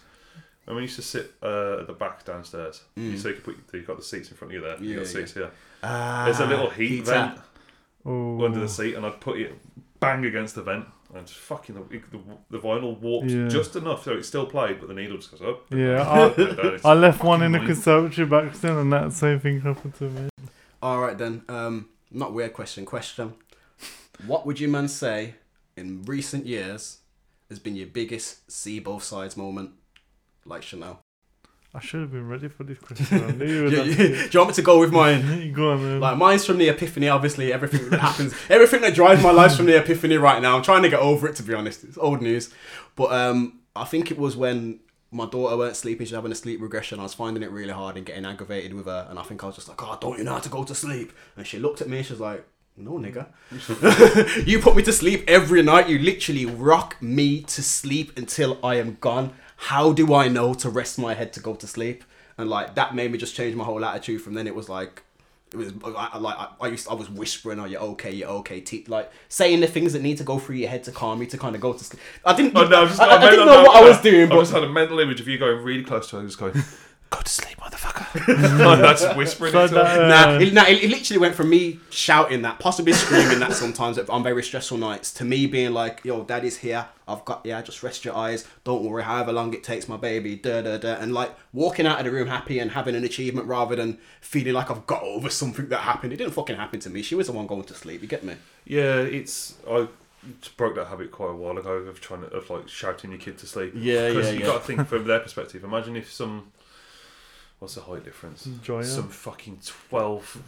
S4: And we used to sit uh, at the back downstairs. You, so you could put, you've got the seats in front of you there.
S3: Mm. Yeah,
S4: you got
S3: yeah.
S4: seats here. There's a little
S3: Ah,
S4: heat
S3: heater.
S4: vent
S2: Oh,
S4: under the seat, and I'd put it bang against the vent. And just fucking the, the, the vinyl warped
S2: Yeah.
S4: just enough so it still played, but the needle just goes up.
S2: [laughs] yeah. I,
S4: and down. It's-
S2: I left one in the
S4: annoying.
S2: conservatory back then, and that same thing happened to me.
S3: All right then. Um, not weird question. Question. What would you man say in recent years has been your biggest see both sides moment? Like Chanel.
S2: I should have been ready for this question. I knew you would
S3: [laughs] Yeah,
S2: ask
S3: yeah. Do you want me to go with mine?
S2: it. [laughs] Go on, then.
S3: Like mine's from the epiphany. Obviously, everything that happens, everything that drives my life's from the epiphany right now. I'm trying to get over it. To be honest, it's old news. But um, I think it was when my daughter weren't sleeping. She was having a sleep regression. I was finding it really hard and getting aggravated with her. And I think I was just like, "God, don't you know how to go to sleep?" And she looked at me. and She was like, "No, nigga." [laughs] you put me to sleep every night. You literally rock me to sleep until I am gone. How do I know to rest my head to go to sleep? And like that made me just change my whole attitude. From then it was like, it was I, I- like I, I used I was whispering, "Are you okay? You okay?" Te- like saying the things that need to go through your head to calm you to kind of go to sleep. I didn't.
S4: Oh, no, I've just
S3: I,
S4: got a
S3: I didn't
S4: mental-
S3: know what I
S4: no,
S3: was doing,
S4: I
S3: but
S4: just had a mental image of you going really close to her, just going, [laughs] "Go to sleep, motherfucker." Like, that's
S2: [laughs]
S4: whispering.
S2: So
S4: it to her.
S2: that, uh,
S3: Nah, it, nah, it, it literally went from me shouting that, possibly screaming that sometimes on very stressful nights, to me being like, "Yo, daddy's here. I've got yeah. Just rest your eyes. Don't worry. However long it takes, my baby. Da da da." And like walking out of the room happy and having an achievement rather than feeling like I've got over something that happened. It didn't fucking happen to me. She was the one going to sleep. You get [laughs] me?
S4: Yeah, it's I broke that habit quite a while ago of trying to of like shouting your kid to sleep.
S3: Yeah, yeah,
S4: you
S3: yeah.
S4: got to think from their perspective. Imagine if some what's the height difference?
S3: Hmm.
S2: Giant.
S4: Some fucking 12,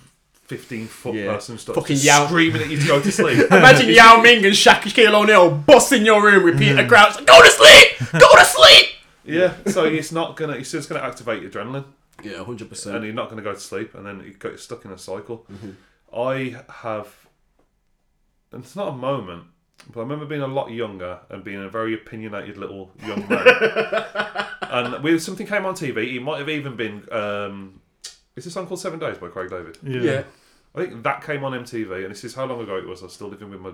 S4: 15 foot
S3: Yeah.
S4: person starts
S3: Fucking
S4: fucking
S3: yell.
S4: screaming at you to go to
S3: [laughs]
S4: sleep.
S3: Imagine Yao Ming and Shaquille O'Neal busting your room with Peter Crouch. Go to sleep. Go to sleep.
S4: yeah, so it's not gonna. It's just gonna activate your adrenaline.
S3: [laughs] Yeah, hundred
S4: and
S3: percent.
S4: you're not going to go to sleep, and then it gets stuck in a cycle. I have, and it's not a moment, but I remember being a lot younger and being a very opinionated little young man. and we something came on TV. It might have even been um, Is this song called Seven Days by Craig David?
S2: Yeah.
S3: Yeah.
S4: I think that came on MTV, and this is how long ago it was. I was still living with my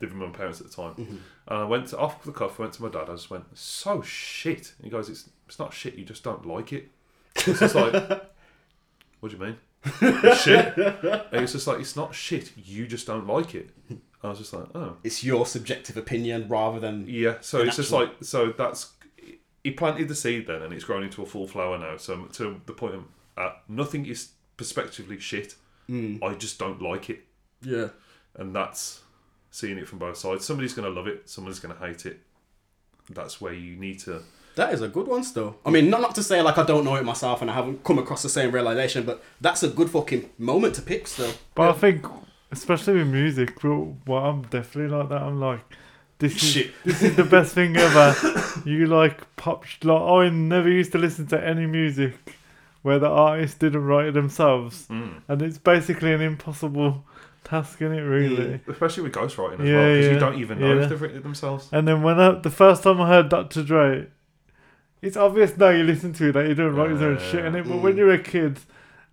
S4: living with my parents at the time, and I went to, off the cuff. Went to my dad. I just went, "So shit." And he goes, "It's it's not shit. You just don't like it." It's just like, [laughs] what do you mean? It's shit. And it's just like it's not shit. You just don't like it. And I was just like, oh
S3: It's your subjective opinion rather than
S4: yeah. So it's just
S3: actual-
S4: like so that's he planted the seed then, and it's grown into a full flower now. So to the point, of, uh, nothing is prospectively shit. I just don't like it.
S3: yeah.
S4: and that's seeing it from both sides. Somebody's going to love it, someone's going to hate it. That's where you need to.
S3: That is a good one, still. I mean, not not to say like I don't know it myself and I haven't come across the same realization, but that's a good fucking moment to
S2: [laughs]
S3: pick, still.
S2: But I think, especially with music, well, well, I'm definitely like that. I'm like, this is,
S3: Shit.
S2: this is the best thing
S3: [laughs]
S2: ever. you like pop, sh- like, I never used to listen to any music where the artist didn't write it themselves.
S4: mm.
S2: And it's basically an impossible task, is it, really?
S4: Especially with ghostwriting as
S2: Yeah,
S4: well, because
S2: yeah,
S4: you don't even know
S2: yeah.
S4: if they've written it themselves.
S2: And then when I, the first time I heard Dr. Dre, it's obvious now you listen to it that you don't write
S4: Uh,
S2: your own shit in it.
S4: mm.
S2: But when you're a kid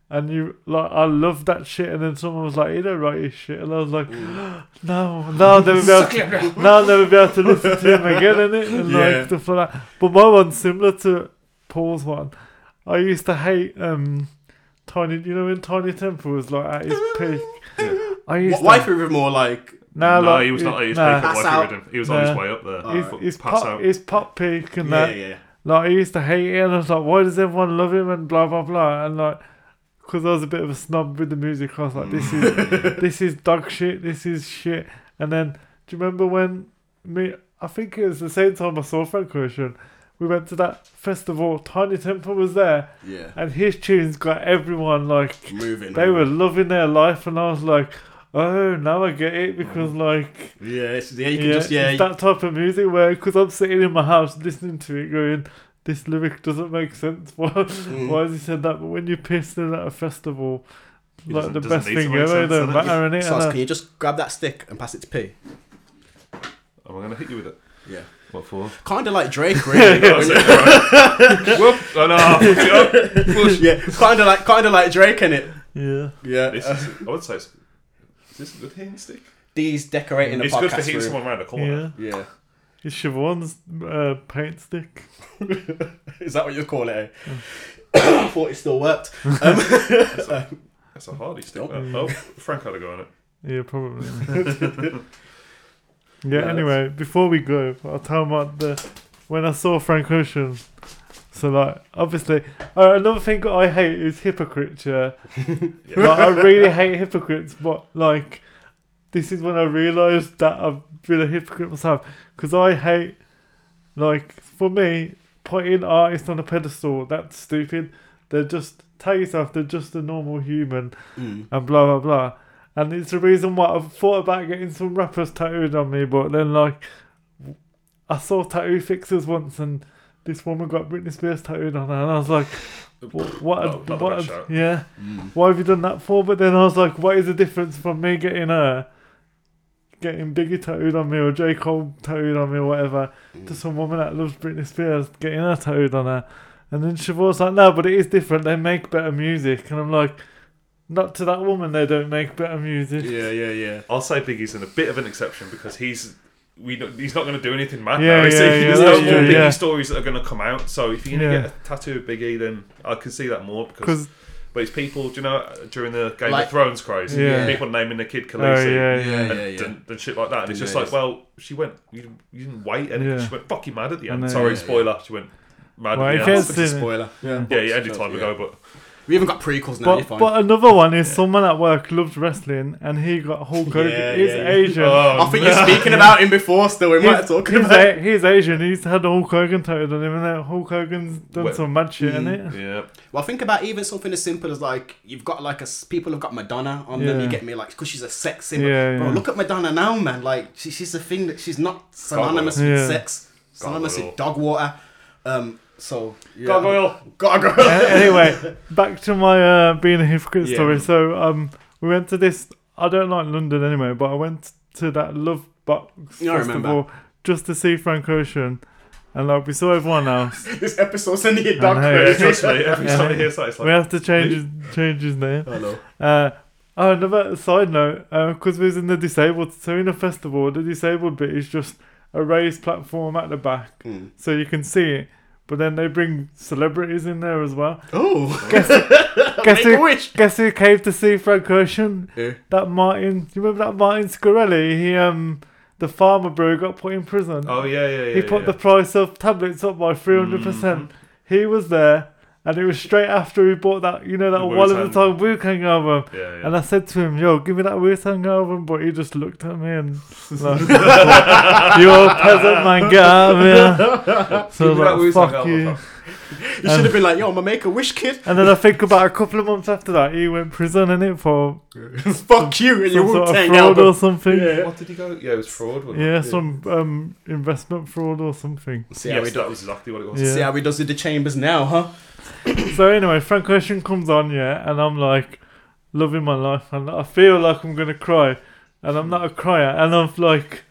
S2: and you like, I love that shit, and then someone was like, "You don't write your shit," and I was like,
S4: Mm.
S2: [gasps] "No, now they'll be able to, now they'll be able to listen to him again in it and
S3: Yeah.
S2: like stuff like that." But my one's similar to Paul's one. I used to hate um Tiny. You know when Tiny Temple was like at his peak. I used
S3: What wife
S2: to,
S3: with more like
S2: no,
S4: no,
S2: like,
S4: he was not at his
S2: nah.
S4: peak at
S3: Pass
S4: Wifey
S3: out.
S4: Ridden. He was on his
S2: Nah.
S4: way up there.
S2: His,
S4: Fuck,
S2: his,
S4: Uh, pass
S2: pop,
S4: out.
S2: his pop peak and
S3: yeah,
S2: that.
S3: yeah, yeah.
S2: Like I used to hate it, and I was like, why does everyone love him and blah blah blah, and like, because I was a bit of a snob with the music. I was like, this is this is dog shit, this is shit. And then, do you remember when me? I think it was the same time I saw Frank Ocean. We went to that festival. Tiny Temple was there,
S3: Yeah.
S2: and his tunes got everyone like
S3: Moving.
S2: they were loving their life, and I was like, oh, now I get it because like
S3: Yeah, it's, yeah, you can
S2: yeah,
S3: just yeah.
S2: it's that type of music where because I'm sitting in my house listening to it going this lyric doesn't make sense [laughs] why,
S4: Mm.
S2: why has he said that but when you're pissing at a festival like
S4: doesn't-
S2: the
S4: doesn't
S2: best
S4: need to
S2: thing
S4: make
S2: ever it
S4: sense,
S2: don't
S4: does it?
S2: matter in it
S3: Sos,
S2: and,
S3: can
S2: uh,
S3: you just grab that stick and pass it to P?
S4: Am I going to hit you with it?
S3: Yeah.
S4: What [laughs] for?
S3: Kind of
S2: [laughs]
S3: like Drake, really.
S4: Oh, is it? Alright. [laughs] Whoop. Oh, no, I fucked it up.
S3: yeah, kind of like kind of like Drake in it.
S2: yeah
S3: Yeah. Uh,
S4: This is, I would say, it's, is this a good hitting stick?
S3: D's decorating the
S4: It's
S3: podcast
S4: good for hitting
S3: room.
S4: someone around the
S2: yeah
S4: corner.
S3: Yeah.
S2: it's Siobhan's uh, paint stick [laughs]
S3: [laughs] Is that what you call it? eh? [coughs] I thought it still worked. Um,
S4: That's a hardy stick.
S3: Nope.
S4: that. Oh, Frank had a go on it.
S2: yeah probably yeah anyway before we go I'll tell them about the when I saw Frank Ocean so like obviously uh, another thing I hate is hypocrite yeah
S4: Yeah.
S2: like, I really hate hypocrites, but like, this is when I realised that I've been a hypocrite myself because I hate, like, for me, putting artists on a pedestal. That's stupid. They're just tell yourself they're just a normal human,
S4: Mm.
S2: and blah blah blah. And it's the reason why I've thought about getting some rappers tattooed on me, but then like, I saw tattoo fixers once, and this woman got Britney Spears tattooed on her, and I was like. What, what,
S4: Not- Oh, not the
S2: what
S4: best shout. Mm.
S2: yeah. Why have you done that for? But then I was like, what is the difference from me getting her, getting Biggie tattooed on me or J. Cole tattooed on me or whatever, to some woman that loves Britney Spears getting her tattooed on her? And then she was like, no, but it is different. They make better music. And I'm like, not to that woman, they don't make better music.
S3: yeah, yeah, yeah.
S4: I'll say Biggie's in a bit of an exception because he's we don't- he's not going to do anything mad
S2: Yeah,
S4: now. Is
S2: yeah,
S4: he?
S2: yeah,
S4: [laughs] There's
S2: that's
S4: no more
S2: true,
S4: Biggie
S2: yeah.
S4: stories that are going to come out. So if you're going to
S2: Yeah.
S4: get a tattoo of Biggie, then I can see that more because.
S2: 'Cause-
S4: But it's people, do you know, during the Game
S3: Like-
S4: of Thrones craze,
S2: Yeah.
S4: people naming their kid
S2: Oh, yeah,
S4: Khaleesi
S3: Yeah,
S2: yeah.
S3: yeah,
S4: and,
S3: yeah.
S4: and, and shit like that. And it's just
S3: Yeah,
S4: like,
S3: yeah.
S4: well, she went, you, you didn't wait, and
S2: Yeah.
S4: she went fucking mad at the
S2: I
S4: end.
S2: know,
S4: Sorry,
S2: yeah,
S4: spoiler. She went mad
S2: Well,
S4: at
S2: if
S4: the
S2: [laughs] it's
S4: end.
S2: the-
S3: Spoiler. Yeah.
S4: [laughs] Yeah, yeah, ended time ago, but
S3: We even got prequels now.
S2: But,
S3: you're fine.
S2: but another one is someone at work loved wrestling and he got Hulk Hogan.
S3: [laughs] Yeah,
S2: he's
S3: yeah, Oh, yeah.
S2: Asian.
S3: I
S2: [laughs]
S3: think you're speaking about him before. Still, we might have
S2: He's,
S3: talking
S2: he's
S3: about. it.
S2: A- he's Asian. He's had the Hulk Hogan tattooed on him, and then Hulk Hogan's done
S4: Well,
S2: some mad shit in it.
S4: yeah.
S3: Well, think about even something as simple as like you've got like a s- people have got Madonna on them.
S2: Yeah.
S3: You get me like because she's a sex symbol.
S2: Yeah,
S3: Bro,
S2: yeah.
S3: look at Madonna now, man. Like she, she's a thing that she's not synonymous with
S2: Gargoyle. Yeah.
S3: sex, synonymous with
S4: Gargoyle.
S3: dog water. Um, so
S2: [laughs]
S3: yeah.
S4: Gargoyle.
S3: gargoyle.
S2: A- Uh, anyway, back to my uh, being a hypocrite
S3: Yeah.
S2: story. So um, we went to this. I don't like London anyway, but I went to that Love Box
S3: Yeah, I remember.
S2: festival just to see Frank Ocean, And like we saw everyone
S3: [laughs]
S2: else,
S3: [laughs] This episode's in the
S2: I know. [laughs]
S4: Yeah,
S3: dark
S4: trust me, every time I hear that, it's
S2: we
S4: like,
S2: have to change his, change his name.
S3: Hello.
S2: Uh, oh, another side note, because we was in the disabled, so in a festival, the disabled bit is just a raised platform at the back,
S3: Hmm.
S2: so you can see it. But then they bring celebrities in there as well.
S3: Oh, [laughs]
S2: Guess
S3: Make a
S2: who,
S3: wish.
S2: guess who came to see Frank Ocean?
S3: Who?
S2: That Martin. Do you remember that Martin Scarelli? He um, the farmer bro got put in prison.
S4: oh yeah, yeah, yeah.
S2: he put
S4: yeah. Mm-hmm.
S2: the price of tablets up by three hundred percent. He was there, and it was straight after he bought that. You know that
S4: The
S2: one at the
S4: Wu-Tang.
S2: time Wu Tang album.
S4: Yeah, yeah.
S2: And I said to him, "Yo, give me that Wu Tang album," but he just looked at me
S4: [laughs]
S2: and like, "You old peasant man, get out of here."
S4: [laughs]
S2: So I
S4: Give me that
S2: was
S4: Wu-Tang
S2: like, "Fuck
S4: album,
S2: you."
S4: fam.
S3: you should
S2: Um,
S3: have been like, yo, I'm a make a wish kid.
S2: And then I think about a couple of months after that, he went prison in it for
S3: [laughs] Fuck you and your
S2: some
S3: Wu
S2: sort of
S3: Tang
S2: fraud or
S3: album.
S2: something. Yeah,
S4: What did he go? Yeah, it was fraud. Wasn't It?
S2: some um, investment fraud or something.
S3: See how,
S4: Yes,
S3: he
S4: that
S3: does,
S4: was exactly what it was.
S2: Yeah.
S3: see how he does in the chambers now, huh?
S2: So anyway, Frank Ocean comes on, yeah, and I'm like loving my life, and I feel like I'm gonna cry, and I'm not a crier, and I'm like,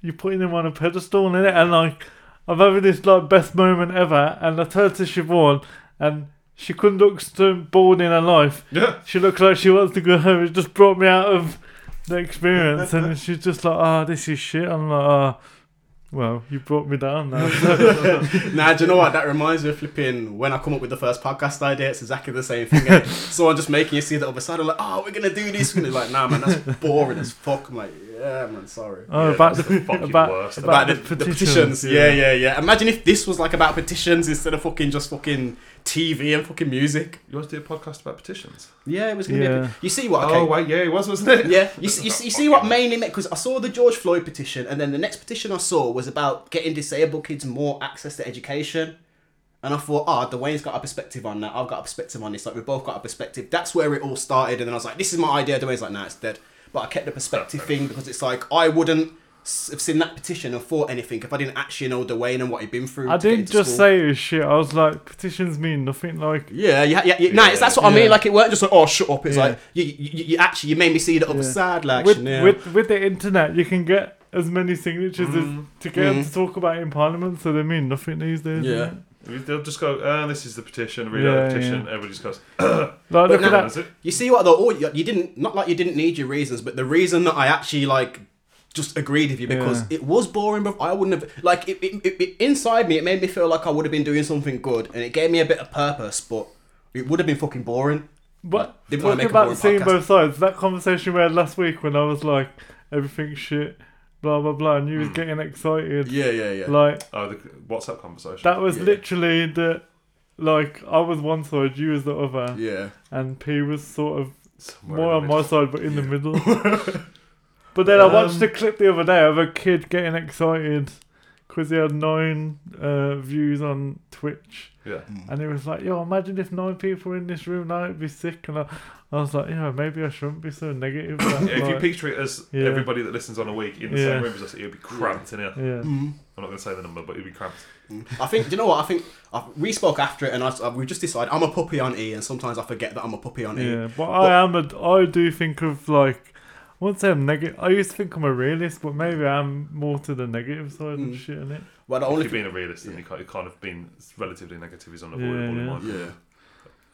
S2: you're putting him on a pedestal, and it, and like I'm having this like best moment ever, and I turn to Siobhan, and she couldn't look so bored in her life.
S4: Yeah.
S2: She looks like she wants to go home. It just brought me out of the experience, and she's just like, oh, this is shit. I'm like, oh, well, you brought me down now.
S3: Nah, do you know what? That reminds me of flipping when I come up with the first podcast idea. It's exactly the same thing.
S2: [laughs]
S3: innit? Someone just making you see the other side. I'm like, oh, we're gonna do this. And they're like, nah, man, that's boring as fuck. I'm like, yeah, man, sorry.
S2: Oh,
S4: Yeah,
S2: about
S4: that's
S2: the
S4: the fucking
S2: [laughs] about,
S4: worst.
S2: about,
S3: About
S2: the, petitions.
S3: Yeah. yeah, yeah, Imagine if this was like about petitions instead of fucking just fucking TV and fucking music.
S4: You want to do a podcast about petitions?
S3: Yeah, it was gonna be.
S2: Yeah.
S3: A, you see what? Okay.
S4: Oh wait, yeah, it was, wasn't it?
S3: Yeah, you see, you see, you see what mainly meant because I saw the George Floyd petition, and then the next petition I saw was about getting disabled kids more access to education. And I thought, ah, Dwayne's got a perspective on that. I've got a perspective on this. Like we both got a perspective. That's where it all started. And then I was like, this is my idea. Dwayne's like, nah, it's dead. But I kept the perspective thing because it's like I wouldn't s- have seen that petition and thought anything if I didn't actually know Dwayne and what he'd been through.
S2: I
S3: to get
S2: didn't
S3: into
S2: just
S3: school.
S2: say it was shit. I was like, petitions mean nothing. Like,
S3: Yeah, yeah, yeah. yeah. Nah, it's, that's what I
S2: Yeah.
S3: mean. Like it weren't just like, oh, shut up. It's
S2: Yeah.
S3: like you, you, you- you actually you made me see the other
S2: Yeah.
S3: side. Like
S2: with,
S3: yeah.
S2: with with the internet, you can get as many signatures as
S4: Mm-hmm.
S2: to get them to talk about it in Parliament, so they mean nothing these days.
S3: Mm-hmm. Yeah.
S2: innit?
S4: They'll just go. Uh, this is the petition. Read
S2: Yeah,
S4: out the petition.
S2: yeah.
S4: Everybody just goes.
S2: Like, look
S3: no,
S2: at
S4: Is
S2: that.
S4: it?
S3: You see what though? All, you you didn't not like you didn't need your reasons, but the reason that I actually like just agreed with you because
S2: Yeah.
S3: it was boring, bro. I wouldn't have like it, it, it, it- inside me. It made me feel like I would have been doing something good, and it gave me a bit of purpose, but it would have been fucking boring.
S2: But
S3: They wanna
S2: talking
S3: make a
S2: about
S3: boring
S2: seeing
S3: podcast.
S2: both sides, that conversation we had last week when I was like, everything's shit, blah blah blah, and you was getting excited.
S3: Mm. yeah, yeah.
S2: Like
S4: Oh, the WhatsApp conversation.
S2: that was
S3: Yeah.
S2: literally the, like I was one side, you was the other,
S3: yeah.
S2: and P was sort of
S4: Somewhere
S2: More
S4: in
S2: on
S4: the
S2: my
S4: middle. Um,
S2: side, but in the middle.
S4: [laughs]
S2: but then I watched a clip the other day of a kid getting excited because he had nine uh, views on Twitch. [laughs]
S4: Yeah.
S2: And he was like, yo, imagine if nine people were in this room now, it'd be sick. And I, I was like, yeah, maybe I shouldn't be so
S4: [coughs]
S2: negative. but,
S4: Yeah, if you
S2: like,
S4: picture it as
S2: Yeah.
S4: everybody that listens on a week in the
S2: Yeah.
S4: same room as us, it would be cramped in here.
S2: yeah.
S4: I'm not going to say the number, but it would be cramped.
S3: Mm. I think do you know what I think. I, we spoke after it, and I, I- we just decided I'm a puppy on E, and sometimes I forget that I'm a puppy on E.
S2: Yeah, but I am a. I do think of like. I wouldn't say I'm negative. I used to think I'm a realist, but maybe I'm more to the negative side
S4: Hmm.
S2: and shit in it.
S3: But the
S4: If
S3: only
S4: you're
S3: thing-
S4: being a realist, then you kind of- kind of being relatively negative is unavoidable in
S2: yeah.
S4: my view.
S3: yeah.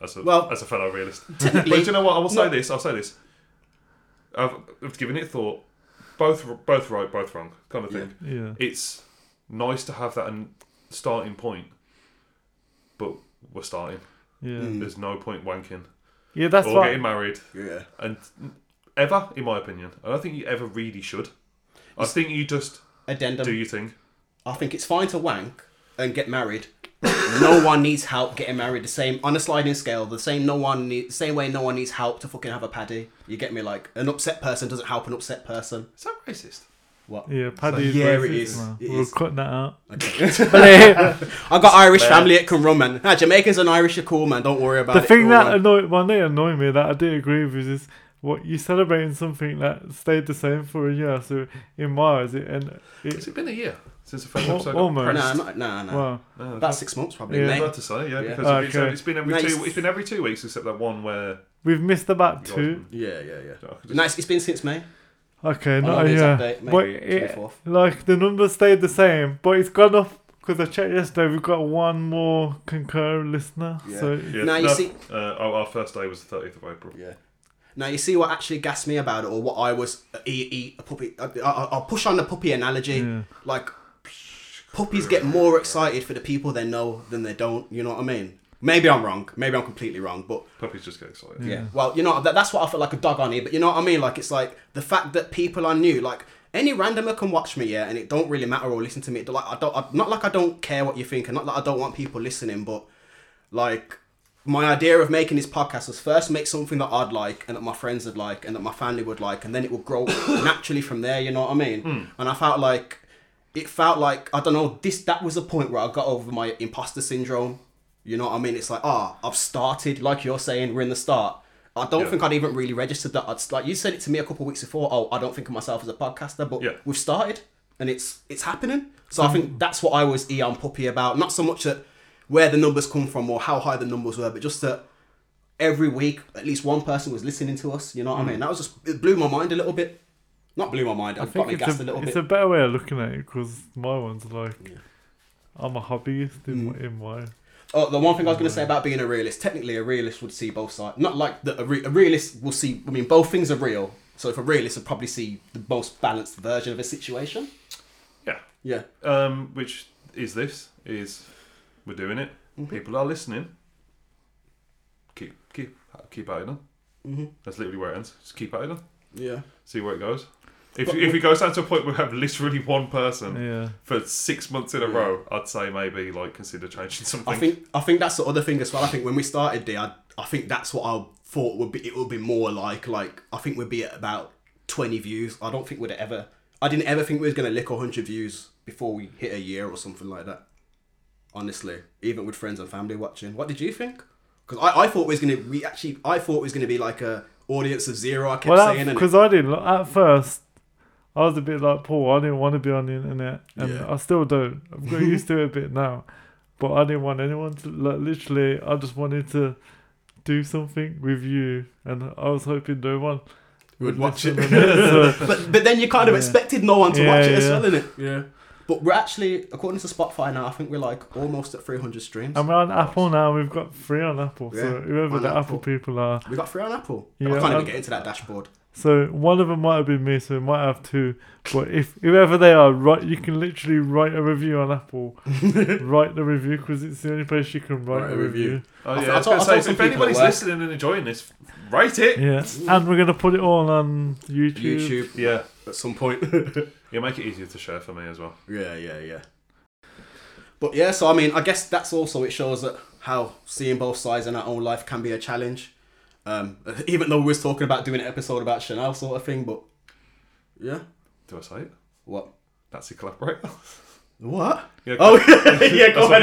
S4: As a,
S3: Well,
S4: as a fellow realist.
S2: [laughs]
S4: but
S3: technically-
S4: do you know what? I will say
S3: No.
S4: this. I'll say this. I've, I've given it thought. Both r- both right, both wrong, kind of thing.
S2: Yeah.
S4: It's nice to have that an starting point, but we're starting.
S2: Yeah.
S4: There's no point wanking
S2: Yeah, Mm. that's
S4: Hmm. or
S2: what.
S4: getting married,
S3: Yeah.
S4: and ever, in my opinion, I don't think you ever really should. I think you just
S3: Addendum.
S4: do your thing.
S3: I think it's fine to wank and get married. no [coughs] one needs help getting married. The same on a sliding scale. The same no one need, same way no one needs help to fucking have a paddy. You get me? Like an upset person doesn't help an upset person.
S4: Is that racist?
S3: What?
S2: Yeah, Paddy
S3: yeah,
S2: is
S3: it
S2: racist
S3: is.
S2: now.
S3: It
S2: we'll
S3: is.
S2: cut that
S3: [laughs]
S2: out.
S3: I got Irish family that can run, man. Nah, Jamaicans and Irish are cool, man. Don't worry about
S2: the
S3: it.
S2: thing
S3: We'll
S2: that
S3: run.
S2: annoyed, well, they annoy me that I do agree with is what you celebrating something that stayed the same for a year. So in my eyes, it and
S4: Has
S2: it,
S4: it been a year since the first
S2: Al-
S4: episode? got
S2: almost.
S4: pressed?
S3: nah, not, nah, nah.
S2: well,
S3: About six months probably,
S2: Yeah.
S4: I was
S3: mate.
S4: about to say, yeah,
S3: Yeah.
S4: because
S2: Oh,
S4: it's,
S2: okay.
S4: it's been every
S3: Nice.
S4: two. It's been every two weeks except that one where
S2: we've missed about two.
S3: Yeah, yeah, yeah.
S4: I could just-
S3: Nice. it's been since May.
S2: Okay,
S3: know
S2: not a
S3: the
S2: year.
S3: exact date, mate.
S2: but it,
S3: 24th.
S2: like the numbers stayed the same, but it's gone up Because I checked yesterday, we've got one more concurrent listener.
S3: Yeah.
S2: So
S4: Yeah,
S3: Now you see-
S4: Uh, our, our first day was the 30th of April.
S3: Yeah. Now you see what actually gassed me about it, or what I was e e a puppy. I, I, I'll push on the puppy
S2: Mm.
S3: analogy. Like puppies get more excited for the people they know than they don't. You know what I mean? Maybe I'm wrong. Maybe I'm completely wrong. But
S4: Puppies just get excited.
S3: yeah. Well, you know that, that's what I feel like a dog on here. But you know what I mean? Like it's like the fact that people are new. Like any randomer can watch me, yeah, and it don't really matter or listen to me. It don't- Like I don't. I, not like I don't care what you think, and not like I don't want people listening, but like my idea of making this podcast was first make something that I'd like and that my friends would like and that my family would like and then it would grow [coughs] naturally from there, you know what I mean?
S4: Hmm.
S3: And I felt like it felt like I don't know, this that was the point where I got over my imposter syndrome. You know what I mean? It's like, ah, I've started, like you're saying, we're in the start. I don't
S4: Yeah.
S3: think I'd even really registered that. I'd, like you said it to me a couple of weeks before. Oh, I don't think of myself as a podcaster, but
S4: Yeah.
S3: we've started and it's it's happening. So
S2: Mm.
S3: I think that's what I was eon puppy about. Not so much that where the numbers come from or how high the numbers were, but just that every week at least one person was listening to us. You know what I mean? That was just it blew my mind a little bit. Not blew my mind.
S2: Mm. I
S3: I've got
S2: think
S3: me
S2: it's,
S3: gassed
S2: a,
S3: a, little
S2: it's
S3: bit.
S2: a better way of looking at it because my one's like, I'm a hobbyist in,
S3: Mm.
S2: my in my.
S3: Oh, the one thing I was going
S2: Mm.
S3: to say about being a realist. Technically, a realist would see both sides. Not like the, a, re- a realist will see. I mean, both things are real. So if a realist would probably see the most balanced version of a situation.
S4: Yeah.
S3: Yeah.
S4: Um, which is this? Is we're doing it.
S3: Mm-hmm.
S4: People are listening. Keep keep keep at it on. Mm-hmm. That's literally where it ends. Just keep at it on.
S3: Yeah.
S4: See where it goes. If, if it goes down to a point where we have literally one person
S2: Yeah.
S4: for six months in a row, I'd say maybe like consider changing something.
S3: I think I think that's the other thing as well. I think when we started there, I, I think that's what I thought would be it would be more like like I think we'd be at about twenty views. I don't think we'd ever. I didn't ever think we was gonna lick hundred views before we hit a year or something like that. Honestly, even with friends and family watching, what did you think? Because I, I thought we was gonna we actually I thought it was gonna be like a audience of zero. I kept
S2: Well,
S3: saying and
S2: because I didn't. like, At first, I was a bit like Paul. I didn't want to be on the internet, and
S3: Yeah.
S2: I still don't. I've got used
S3: [laughs]
S2: to it a bit now, but I didn't want anyone to like. Literally, I just wanted to do something with you, and I was hoping no one.
S3: would watch it.
S2: listen on it,
S3: [laughs]
S2: so-
S3: but but then you kind of expected no one to
S2: Yeah,
S3: watch it as
S2: yeah.
S3: well, innit? Yeah. But we're actually, according to Spotify now, I think we're like almost at 300 streams.
S2: and we're on Apple now. We've got three on Apple.
S3: Yeah,
S2: so whoever
S3: on
S2: the Apple.
S3: Apple.
S2: people are,
S3: We got three on Apple. I
S2: Yeah, um,
S3: can't even
S2: I'm-
S3: get into that dashboard.
S2: so one of them might have been me. So we might have two. But if whoever they are, right, you can literally write a review on
S3: [laughs]
S2: Apple. write the review because it's the only place you can write, a review.
S4: Oh,
S3: I
S4: yeah,
S3: thought-
S4: I was
S3: I
S4: going
S3: thought
S4: to say, if
S3: some people
S4: anybody's
S3: were.
S4: listening and enjoying this, write it. Yeah.
S2: Yeah, and we're gonna put it all on YouTube.
S3: YouTube
S4: yeah.
S3: at some point. [laughs]
S4: make it easier to share for me as well.
S3: yeah, yeah, yeah. But yeah, so I mean, I guess that's also it shows that how seeing both sides in our own life can be a challenge. Um, [laughs] even though we was talking about doing an episode about Chanel sort of thing, but yeah,
S4: Do I say it?
S3: what?
S4: Nancy collaborator.
S3: What?
S4: [laughs] yeah,
S3: Oh [laughs] yeah, go
S4: that's
S3: ahead.
S4: what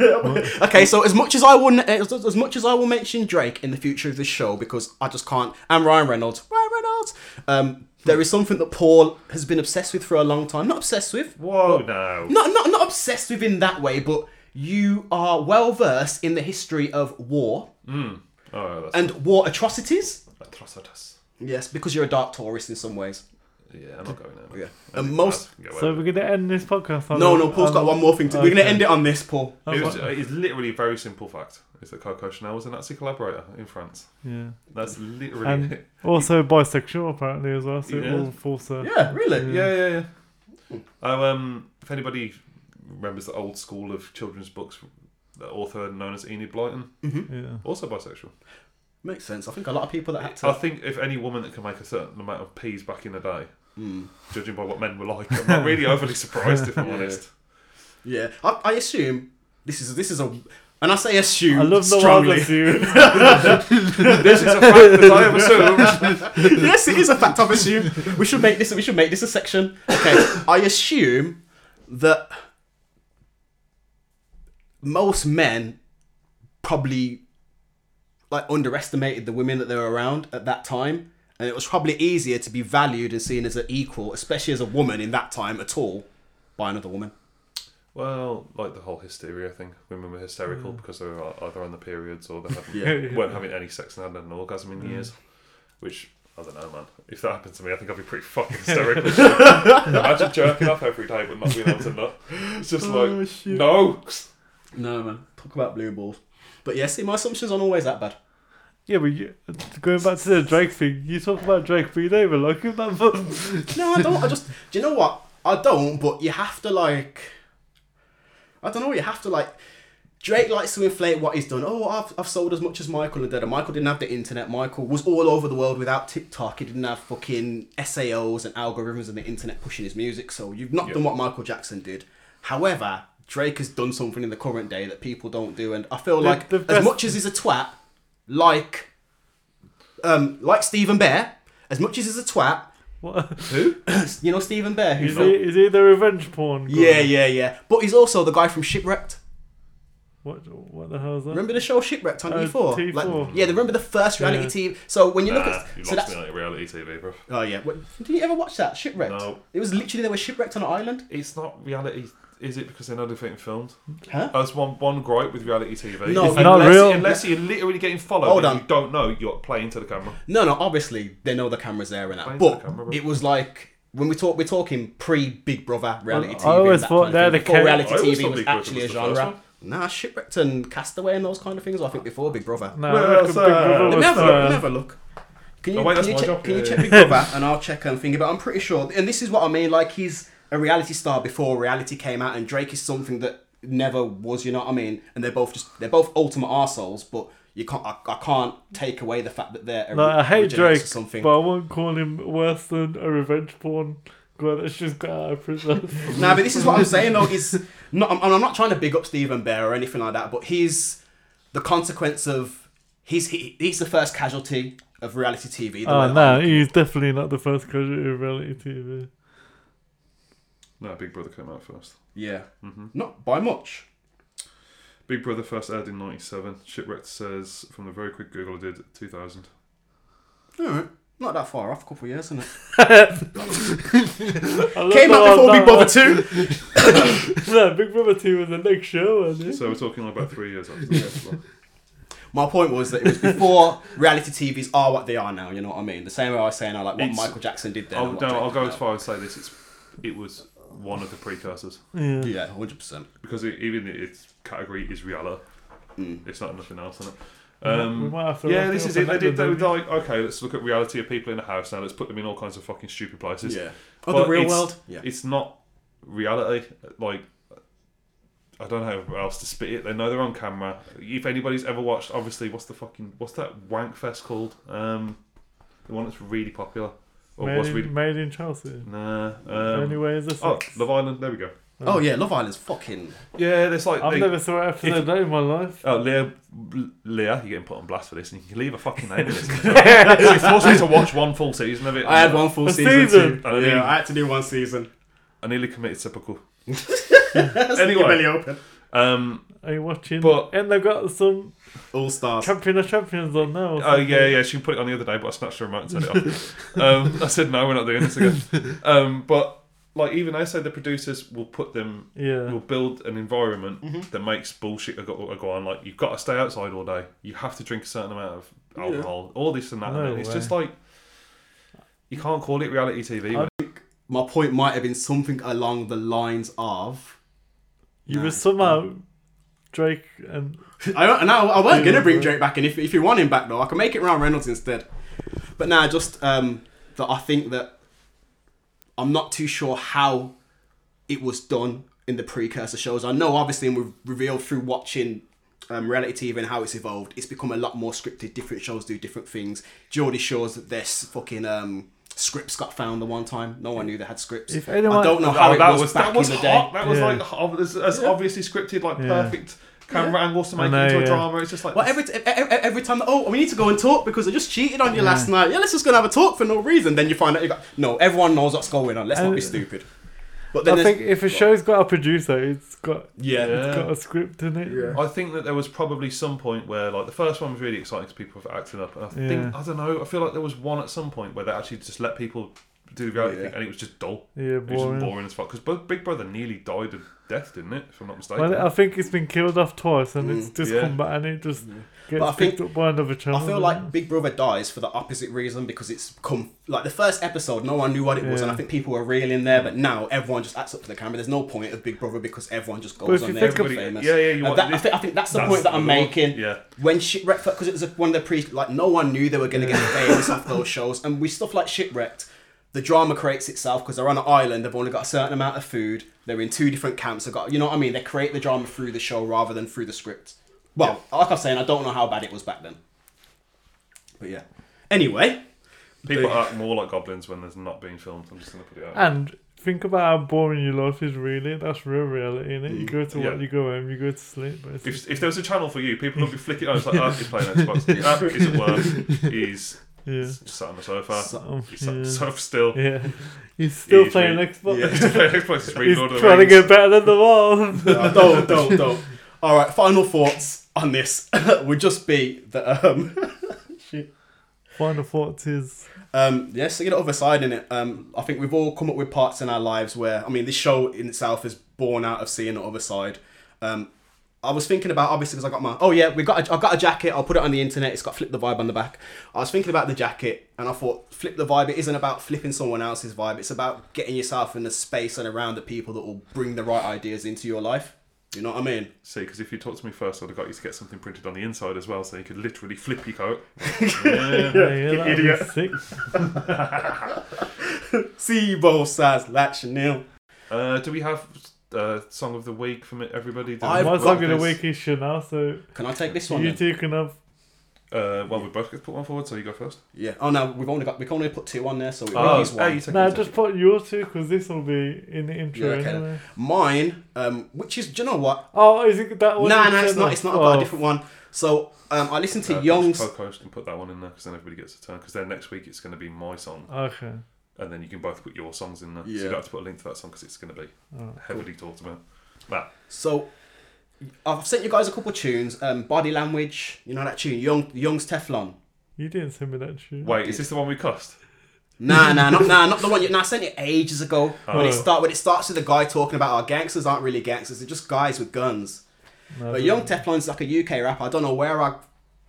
S4: you wrote
S3: [laughs]
S4: somewhere.
S3: Okay, so as much as I will, as, as much as I will mention Drake in the future of this show because I just can't, and Ryan Reynolds, Ryan Reynolds. Um, there is something that Paul has been obsessed with for a long time. Not obsessed with,
S4: Whoa, no.
S3: not not not obsessed with in that way, but you are well versed in the history of war
S4: Oh, that's
S3: and war atrocities.
S4: Atrocitus.
S3: Yes, because you're a dark tourist in some ways.
S4: Yeah, I'm not going there.
S3: Oh, Yeah.
S4: I
S3: And
S4: think
S3: most-
S4: that's- yeah,
S2: So
S4: whatever.
S2: we're gonna end this podcast. On
S3: No, no, Paul's got one more thing to. We're gonna
S2: okay.
S3: end it on this, Paul.
S2: oh,
S4: it was, it's literally a very simple fact: is that Coco Chanel was a Nazi collaborator in France.
S2: Yeah,
S4: That's literally
S2: and
S4: it.
S2: also bisexual apparently as well. So
S4: Yeah.
S2: it all full circle.
S3: Yeah,
S2: uh,
S3: really.
S4: Yeah, yeah, yeah. Oh, um, if anybody remembers the old school of children's books, the author known as Enid Blyton,
S2: Yeah.
S4: also bisexual.
S3: Makes sense. I think a lot of people that had
S4: I
S3: to.
S4: think if any woman that can make a certain amount of peas back in a day,
S3: Hmm.
S4: judging by what men were like, I'm not really overly surprised
S3: [laughs]
S4: if I'm honest.
S3: Yeah, I, I assume this is this is a, and I say assume.
S2: I love the one
S3: [laughs] strongly.
S2: that's you. [laughs]
S4: this is a fact that I have [laughs] assumed.
S3: yes, it is a fact. I've assumed. We should make this. We should make this a section. Okay. I assume that most men probably like underestimated the women that they were around at that time, and it was probably easier to be valued and seen as an equal, especially as a woman in that time at all, by another woman.
S4: Well, like the whole hysteria thing. Women were hysterical because they [laughs] were either on the periods or they haven't,
S3: Yeah.
S4: Mm. weren't having any sex and hadn't had an orgasm in years, which I don't know, man. If that happened to me, I think I'd be pretty [laughs] fucking hysterical. Imagine jerking off every day but not being able to nut. It's just like,
S2: Oh, shit.
S4: no.
S3: No, man. Talk about blue balls. But yeah, see, my assumptions aren't always that bad.
S2: Yeah, but you, going back to the Drake thing, you talk about Drake, but you don't even like him that much. [laughs]
S3: No, I don't. I just. Do you know what? I don't. But you have to like. I don't know. You have to like. Drake likes to inflate what he's done. Oh, I've, I've sold as much as Michael did. And Michael didn't have the internet. Michael was all over the world without TikTok. He didn't have fucking SAOs and algorithms and the internet pushing his music. So you've not done what Michael Jackson did. However, Drake has done something in the current day that people don't do. And I feel like
S2: the
S3: as
S2: best-
S3: much as he's a twat, like um, like Stephen Bear, as much as he's a twat,
S2: What?
S3: [clears throat] you know Stephen Bear? Who's
S2: Is he, is he the revenge porn? guy?
S3: yeah, yeah, yeah. But he's also the guy from Shipwrecked.
S2: What, what the hell is that?
S3: Remember the show Shipwrecked on
S2: Uh,
S3: E4?
S2: T4.
S3: Like, yeah, they remember the first reality
S2: Yeah.
S3: TV. So when you look
S4: Nah,
S3: at
S4: you
S3: so
S4: lost
S3: that's
S4: me on like reality TV, bro.
S3: oh yeah. What, did you ever watch that Shipwrecked?
S4: No.
S3: It was literally they were shipwrecked on an island.
S4: It's not reality, is it? Because they're not getting filmed.
S3: Huh?
S4: That's one one gripe with reality TV.
S3: No, It's
S4: unless,
S2: not real.
S4: Unless you're literally getting followed,
S3: Hold
S4: and
S3: on.
S4: you don't know you're playing to the camera.
S3: No, no. Obviously they know the cameras there and that.
S4: Why is
S3: But
S4: the camera-
S3: it was like when we talk, we're talking pre Big Brother reality
S2: I
S3: TV.
S2: always
S3: and that
S2: thought
S3: kind
S2: they're
S3: of
S2: the
S3: thing, before
S2: ca-
S4: I
S3: reality
S4: always
S3: TV
S4: thought
S3: was
S4: Big Brother
S3: actually
S4: was
S3: a
S4: the first
S3: genre.
S4: one.
S3: Nah, Shipwrecked and Castaway and those kind of things. I think before Big Brother.
S2: No,
S4: Well,
S2: I reckon Big
S4: so-
S2: Brother
S4: Let
S3: Let
S2: was
S3: me have a
S2: first.
S3: look. Let me have a look. Can you,
S4: uh, Oh, wait,
S3: can
S4: that's
S3: you
S4: my
S3: check,
S4: job,
S3: can you
S4: yeah,
S3: check
S4: yeah.
S3: Big Brother and I'll check and think about I'm pretty sure, and this is what I mean, like he's a reality star before reality came out, and Drake is something that never was, you know what I mean? And they're both just, they're both ultimate arseholes, but you can't, I, I can't take away the fact that they're ori-
S2: Like, I hate
S3: originates or
S2: Drake,
S3: something.
S2: but I won't call him worse than a revenge porn guy that's just got out of prison. [laughs]
S3: Nah, but this is what
S4: [laughs]
S3: I'm saying though. Is not. I'm, I'm not trying to big up Stephen Bear or anything like that. But he's the consequence of. He's he, he's the first casualty of reality TV.
S4: Uh,
S3: the way
S2: oh, no,
S3: that
S2: he's definitely not the first casualty of reality
S4: [laughs]
S2: TV.
S4: No, Big Brother came out first.
S3: Yeah. Not by much.
S4: Big Brother first aired in '97. Shipwrecked says from the very quick Google I did 2000.
S3: All right. Not that far off, a couple of years, isn't it?
S2: I love
S3: Came
S2: how
S3: out
S2: that
S3: before Big Brother 2.
S2: was- [laughs] No, Big Brother 2 was the next show, wasn't it?
S4: So we're talking about three years after. the
S3: My point was that it was before [laughs] reality TVs are what they are now, you know what I mean? The same way I was saying, I like what
S4: It's-
S3: Michael Jackson did then.
S4: I'll,
S3: and what
S4: no,
S3: Drake
S4: I'll
S3: did
S4: go as
S3: now.
S4: far as say this: it's, it was one of the precursors
S2: Yeah.
S3: Yeah, 100%.
S4: because it, even its category is reality. It's not nothing else in it.
S2: Um,
S4: Um,
S2: we might have to
S4: yeah,
S2: wrap
S4: this
S2: up
S4: is it. They
S2: another
S4: did. They
S2: day.
S4: were like, okay, let's look at reality of people in a house now. Let's put them in all kinds of fucking stupid places.
S3: Yeah.
S4: But
S3: Oh, the real
S4: it's-
S3: world? Yeah.
S4: It's not reality. Like, I don't know how else to spit it. They know they're on camera. If anybody's ever watched, obviously, what's the fucking what's that wank fest called? Um, the one that's really popular or
S2: Made,
S4: was
S2: in,
S4: oh, really
S2: made in Chelsea.
S4: nah. Um,
S2: Anyway, is this?
S4: oh, Love Island. There we go.
S3: Oh, yeah, Love Island's fucking.
S4: Yeah, there's like
S2: I've
S4: they-
S2: never saw an episode of that in my life.
S4: Oh, Leah, Leah, you're getting put on blast for this, and you can leave a fucking name in
S2: [laughs]
S4: this. she forced me to watch one full season of it.
S3: I had one full
S2: A
S3: season.
S2: season.
S3: too.
S4: I mean-
S3: yeah, I had to do one season.
S4: I nearly committed seppuku.
S3: Anyway.
S4: Anyway,
S3: open.
S4: um,
S2: Are you watching?
S4: But-
S2: and they've got some
S3: All stars.
S2: Champion of Champions on now. or
S4: oh
S2: something.
S4: yeah, yeah, she put it on the other day, but I snatched her remote and turned it off. um, I said no, we're not doing this again. Um, but like even I say, the producers will put them,
S2: Yeah.
S4: will build an environment that makes bullshit go, go on. Like you've got to stay outside all day, you have to drink a certain amount of alcohol, all this and that.
S2: No
S4: and it's
S2: way.
S4: just like you can't call it reality TV.
S2: I-
S3: My point might have been something along the lines of.
S2: You were somehow
S4: um,
S2: Drake and
S3: I don't, no, I weren't gonna bring Drake back, and if, if you want him back though, I can make it Ryan Reynolds instead. But now, just um, that I think that I'm not too sure how it was done in the precursor shows. I know, obviously, and we've revealed through watching um, reality TV and how it's evolved, it's become a lot more scripted. Different shows do different things. Geordie Shores, their s- fucking um, scripts got found the one time. No one knew they had scripts.
S2: If anyone-
S3: I don't know
S4: Oh,
S3: how it
S4: that
S3: was,
S4: was
S3: back
S4: that was
S3: in the day.
S4: hot. That was
S2: Yeah.
S4: like ho- as, as obviously scripted, like perfect camera angles to make
S2: know,
S4: it into a
S2: yeah.
S4: drama. It's just like
S3: Well, every, every, e, every time, oh, we need to go and talk because I just cheated on you last night. Yeah, let's just go and have a talk for no reason. Then you find out you got no. Everyone knows what's going on. Let's not be
S2: And-
S3: stupid. But then
S2: I
S3: there's-
S2: think if a show's got a producer, it's got
S3: yeah,
S4: Yeah.
S2: it's got a script in it.
S3: Yeah.
S4: I think that there was probably some point where like the first one was really exciting because people were acting up, and I
S2: Yeah.
S4: think I don't know. I feel like there was one at some point where they actually just let people do go,
S3: Yeah.
S4: and it was just dull.
S2: Yeah,
S4: It was
S2: boring.
S4: just boring as fuck. Because Big Brother nearly died of death, didn't it? If I'm not mistaken.
S2: Well, I think it's been killed off twice, and it's just
S4: yeah.
S2: come back, and it just
S3: Mm, But I
S2: gets
S3: think-
S2: picked up by another channel.
S3: I feel
S2: doesn't
S3: like Big Brother dies for the opposite reason because it's come like the first episode, no one knew what it was, and I
S2: Yeah.
S3: think people were reeling there. But now everyone just acts up for the camera. There's no point of Big Brother because everyone just
S2: if
S3: goes on
S2: you
S3: there.
S2: think
S3: and
S4: of-
S3: famous.
S4: yeah, yeah, you
S3: And
S4: want
S3: that, I,
S4: this-
S3: think, I think that's the
S4: that's
S3: point that
S4: the
S3: I'm
S4: one.
S3: making.
S4: Yeah.
S3: When shipwreck, because it was a, one of the pre like no one knew they were going to get famous off those shows, and with stuff like shipwrecked. The drama creates itself because they're on an island. They've only got a certain amount of food. They're in two different camps. They got, you know what I mean. They create the drama through the show rather than through the script. Well, like I'm saying, I don't know how bad it was back then. But yeah. Anyway,
S4: People
S3: They-
S4: act more like goblins when there's not being filmed. I'm just going to put it out.
S2: And think about how boring your life is, really. That's real reality, innit?
S3: Mm,
S2: You go to
S4: yeah.
S2: work, you go home, you go to sleep. basically.
S4: if, if there was a channel for you, people would be flicking. I was like, oh,
S2: [laughs]
S4: he's playing Xbox. Ah, he's at work. He's
S2: Yeah.
S4: just sat on the sofa. [laughs]
S3: So- [laughs]
S4: he's sat on the
S2: yeah.
S4: sofa still.
S2: [laughs] Yeah. He's still
S4: He's
S2: playing
S4: re-
S2: Xbox. [laughs]
S3: Yeah.
S4: He's playing [laughs] Xbox. He's reading
S2: He's
S4: Lord of the
S2: trying to
S4: Rings.
S2: get better than the
S3: [laughs]
S2: world.
S3: uh, don't, don't, don't. All right, final thoughts on this [laughs] would just be that, um,
S2: Final thoughts is
S3: um, yes, to get it other side in it. Um, I think we've all come up with parts in our lives where, I mean, this show in itself is born out of seeing the other side. Um, I was thinking about obviously because I got my oh yeah we got a, I've got a jacket I'll put it on the internet it's got flip the vibe on the back I was thinking about the jacket and I thought flip the vibe it isn't about flipping someone else's vibe it's about getting yourself in the space and around the people that will bring the right ideas into your life you know what I mean
S4: See, because if you talked to me first, I'd have got you to get something printed on the inside as well, so you could literally flip your coat. yeah.
S2: yeah, yeah, that'd be
S4: idiot.
S2: sick.
S3: see both sides like Chanel
S4: Uh, do we have uh, song of the week from everybody? Do we-
S3: I've
S2: My
S3: got
S2: song of the
S3: this.
S2: week is Chanel, so
S3: can I take this one
S2: you
S3: then?
S2: two can have.
S4: Uh, well, we both get to put one forward, so you go first.
S3: yeah oh no we've only got we can only put two on there so we
S4: Oh,
S3: use one
S4: hey, you take
S2: No,
S4: it, you
S2: just put your two because this will be in the intro.
S3: Yeah, okay.
S2: anyway.
S3: mine um which is do you know what
S2: Oh, is it that one?
S3: no
S2: you
S3: no it's
S2: said
S3: not
S2: that?
S3: it's not about
S2: Oh,
S3: a different one so um I listened
S4: take it.
S3: to
S4: Uh,
S3: Young's
S4: just co-host and put that one in there because then everybody gets a turn. Because then next week it's going to be my song,
S2: Okay.
S4: and then you can both put your songs in there. So
S3: Yeah.
S4: you don't have to put a link to that song because it's going to be heavily talked about. That
S3: So I've sent you guys a couple tunes. Um, Body Language, you know that tune, Young Young's Teflon.
S2: You didn't send me that tune.
S4: wait, is this the one we cussed?
S3: Nah, nah, not nah, not the one. You, nah, I sent it ages ago. When
S2: Oh.
S3: it start when it starts with a guy talking about our gangsters aren't really gangsters, they're just guys with guns. but Young Teflon's like a UK rapper. I don't know where I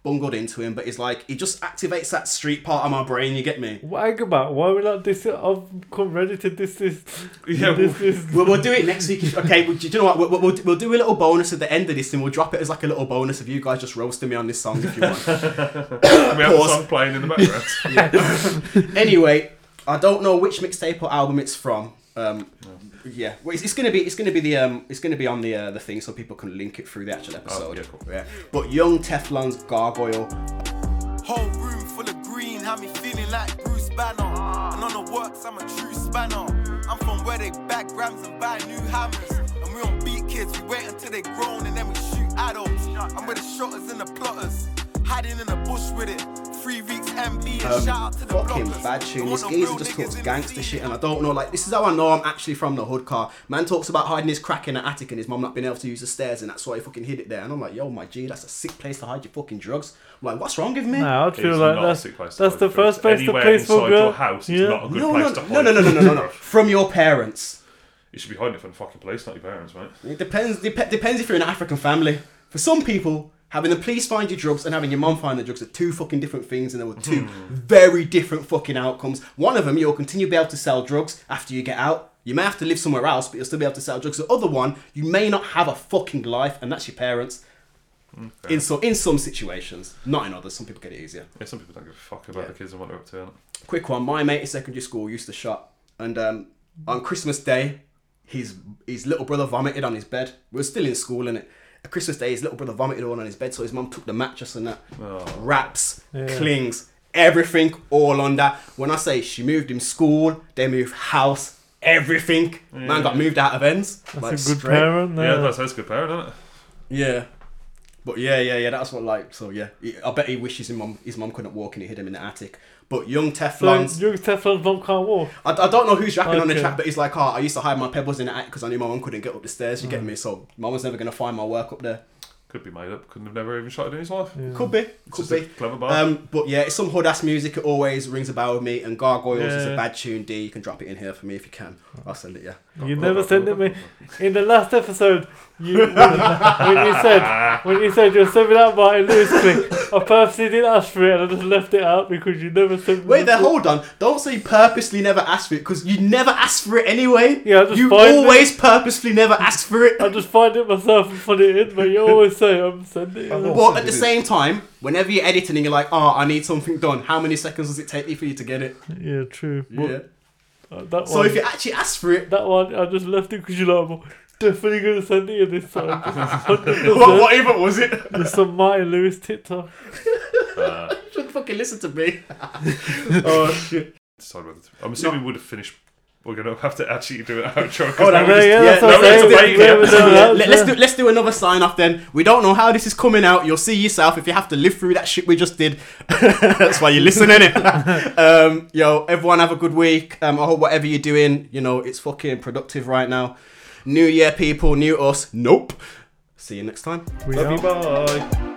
S3: bungled into him, but it's like he just activates that street part of my brain. You get me?
S2: Wag about why we not this? I've come ready to this
S4: [laughs]
S2: this.
S4: Yeah,
S2: this is.
S3: We'll, we'll do it next week. if- Okay, well, do you know what? We'll, we'll, we'll do- we'll do a little bonus at the end of this, and we'll drop it as like a little bonus of you guys just roasting me on this song if you want.
S4: we have a
S3: Pause.
S4: song playing in the background.
S3: anyway, I don't know which mixtape or album it's from. Um, yeah, well, it's, it's gonna be it's gonna be the um, it's gonna be on the uh, the thing so people can link it through the actual episode.
S4: Oh, yeah, cool.
S3: yeah. But Young Teflon's Gargoyle.
S6: Whole room full of green, had me feeling like Bruce Banner. And on the works, I'm a true spanner. I'm from where they back rams and buy new hammers. And we don't beat kids, we wait until they grown and then we shoot adults. I'm with the shotters and the plotters, hiding in the bush with it. Three weeks MD and
S3: Um,
S6: shout out to the
S3: fucking
S6: blockers.
S3: bad
S6: Don't
S3: tune.
S6: want
S3: This
S6: no
S3: geezer
S6: real
S3: just
S6: niggas
S3: talks
S6: in the
S3: gangster
S6: scene.
S3: shit, and I don't know. Like, this is how I know I'm actually from the hood car. Man talks about hiding his crack in the attic and his mum not being able to use the stairs, and that's why he fucking hid it there. And I'm like, yo, my G, that's a sick place to hide your fucking drugs. I'm like, what's wrong with me?
S2: Nah, I'd feel
S4: It's
S2: like
S4: not a
S2: that's
S4: sick place to
S2: that's
S4: hide
S2: the
S4: your drugs.
S2: first place to
S4: Anywhere
S2: place for
S4: inside
S2: girl.
S4: your house is
S2: yeah.
S4: not a good
S3: no,
S4: place
S3: no,
S4: to hide.
S3: no, no, no, no, no, no, no. From your parents.
S4: [laughs] You should be hiding it from the fucking police, not your parents, mate.
S3: It depends. Dep- depends if you're in an African family. For some people, having the police find your drugs and having your mum find the drugs are two fucking different things, and there were two very different fucking outcomes. One of them, you'll continue to be able to sell drugs after you get out. You may have to live somewhere else, but you'll still be able to sell drugs. The other one, you may not have a fucking life, and that's your parents. In so in some situations, not in others. Some people get it easier.
S4: Yeah, some people don't give a fuck about
S3: Yeah.
S4: the kids and what they're up to. innit?
S3: Quick one. My mate at secondary school used to shop, and um, on Christmas Day, his his little brother vomited on his bed. We were still in school, innit? At Christmas Day, his little brother vomited all on his bed, so his mum took the mattress and that, wraps, clings, everything all on that. When I say she moved him school, they moved house, everything. Man got moved out of ends. That's
S2: a good parent.
S4: Yeah,
S2: Yeah,
S4: that's, that's a good parent, isn't it?
S3: Yeah. But yeah, yeah, yeah. That's what like. So yeah, He- I bet he wishes his mum his mum couldn't walk and he hid him in the attic. But young
S2: so
S3: Teflon's
S2: young Teflon's mom can't walk.
S3: I, I don't know who's rapping on the
S2: Okay.
S3: track, but he's like, oh, I
S2: Mm.
S3: used to hide my pebbles in the attic because I knew my mum couldn't get up the stairs. You get me? So mum was never gonna find my work up there.
S4: Could be made up. Couldn't have never even shot it in his life. It's
S3: Could be, could
S4: just
S3: be.
S4: a clever bar.
S3: Um, but yeah, it's some hood ass music. It always rings a bell with me. And Gargoyles is
S2: Yeah.
S3: a bad tune. D, you can drop it in here for me if you can. I'll send it. Yeah.
S2: You never sent it me. In the last episode, you when, when you said when you said you're sending out Martin Lewis clip, I purposely didn't ask for it and I just left it out because you never sent. me
S3: Wait
S2: the
S3: there, hold on. Don't say you purposely never asked for it because you never asked for it anyway.
S2: Yeah, I just
S3: you
S2: find
S3: always purposely never asked for
S2: [laughs]
S3: it.
S2: I just find it myself and put it in, but you always say I'm sending it.
S4: will.
S3: But at the
S4: It is.
S3: same time, whenever you're editing and you're like, oh, I need something done, how many seconds does it take me for you to get it?
S2: Yeah, true.
S3: Yeah.
S2: Uh, that
S3: So
S2: one,
S3: if you actually asked for it,
S2: that one, I just left it because you know I'm definitely gonna send it in this time.
S3: what, what even was it? [laughs]
S2: There's some Martin Lewis TikTok.
S4: Uh,
S3: Shouldn't fucking listen to me. oh, shit.
S4: Decide whether to- I'm assuming we would have finished. We're gonna have to actually do an outro.
S3: Oh,
S2: Yeah, yeah, that's
S3: yeah,
S2: what I'm
S3: no,
S2: saying.
S4: it's waiting.
S2: Yeah,
S3: So,
S2: yeah,
S3: yeah, let, us
S2: yeah.
S3: do let's do another sign off then. We don't know how this is coming out. You'll see yourself if you have to live through that shit we just did. [laughs] That's why you listen in it. um, yo, everyone have a good week. Um, I hope whatever you're doing, you know, it's fucking productive right now. New year, people. New us. Nope. See you next time.
S2: We
S4: [laughs] Love you,
S2: out.
S4: bye.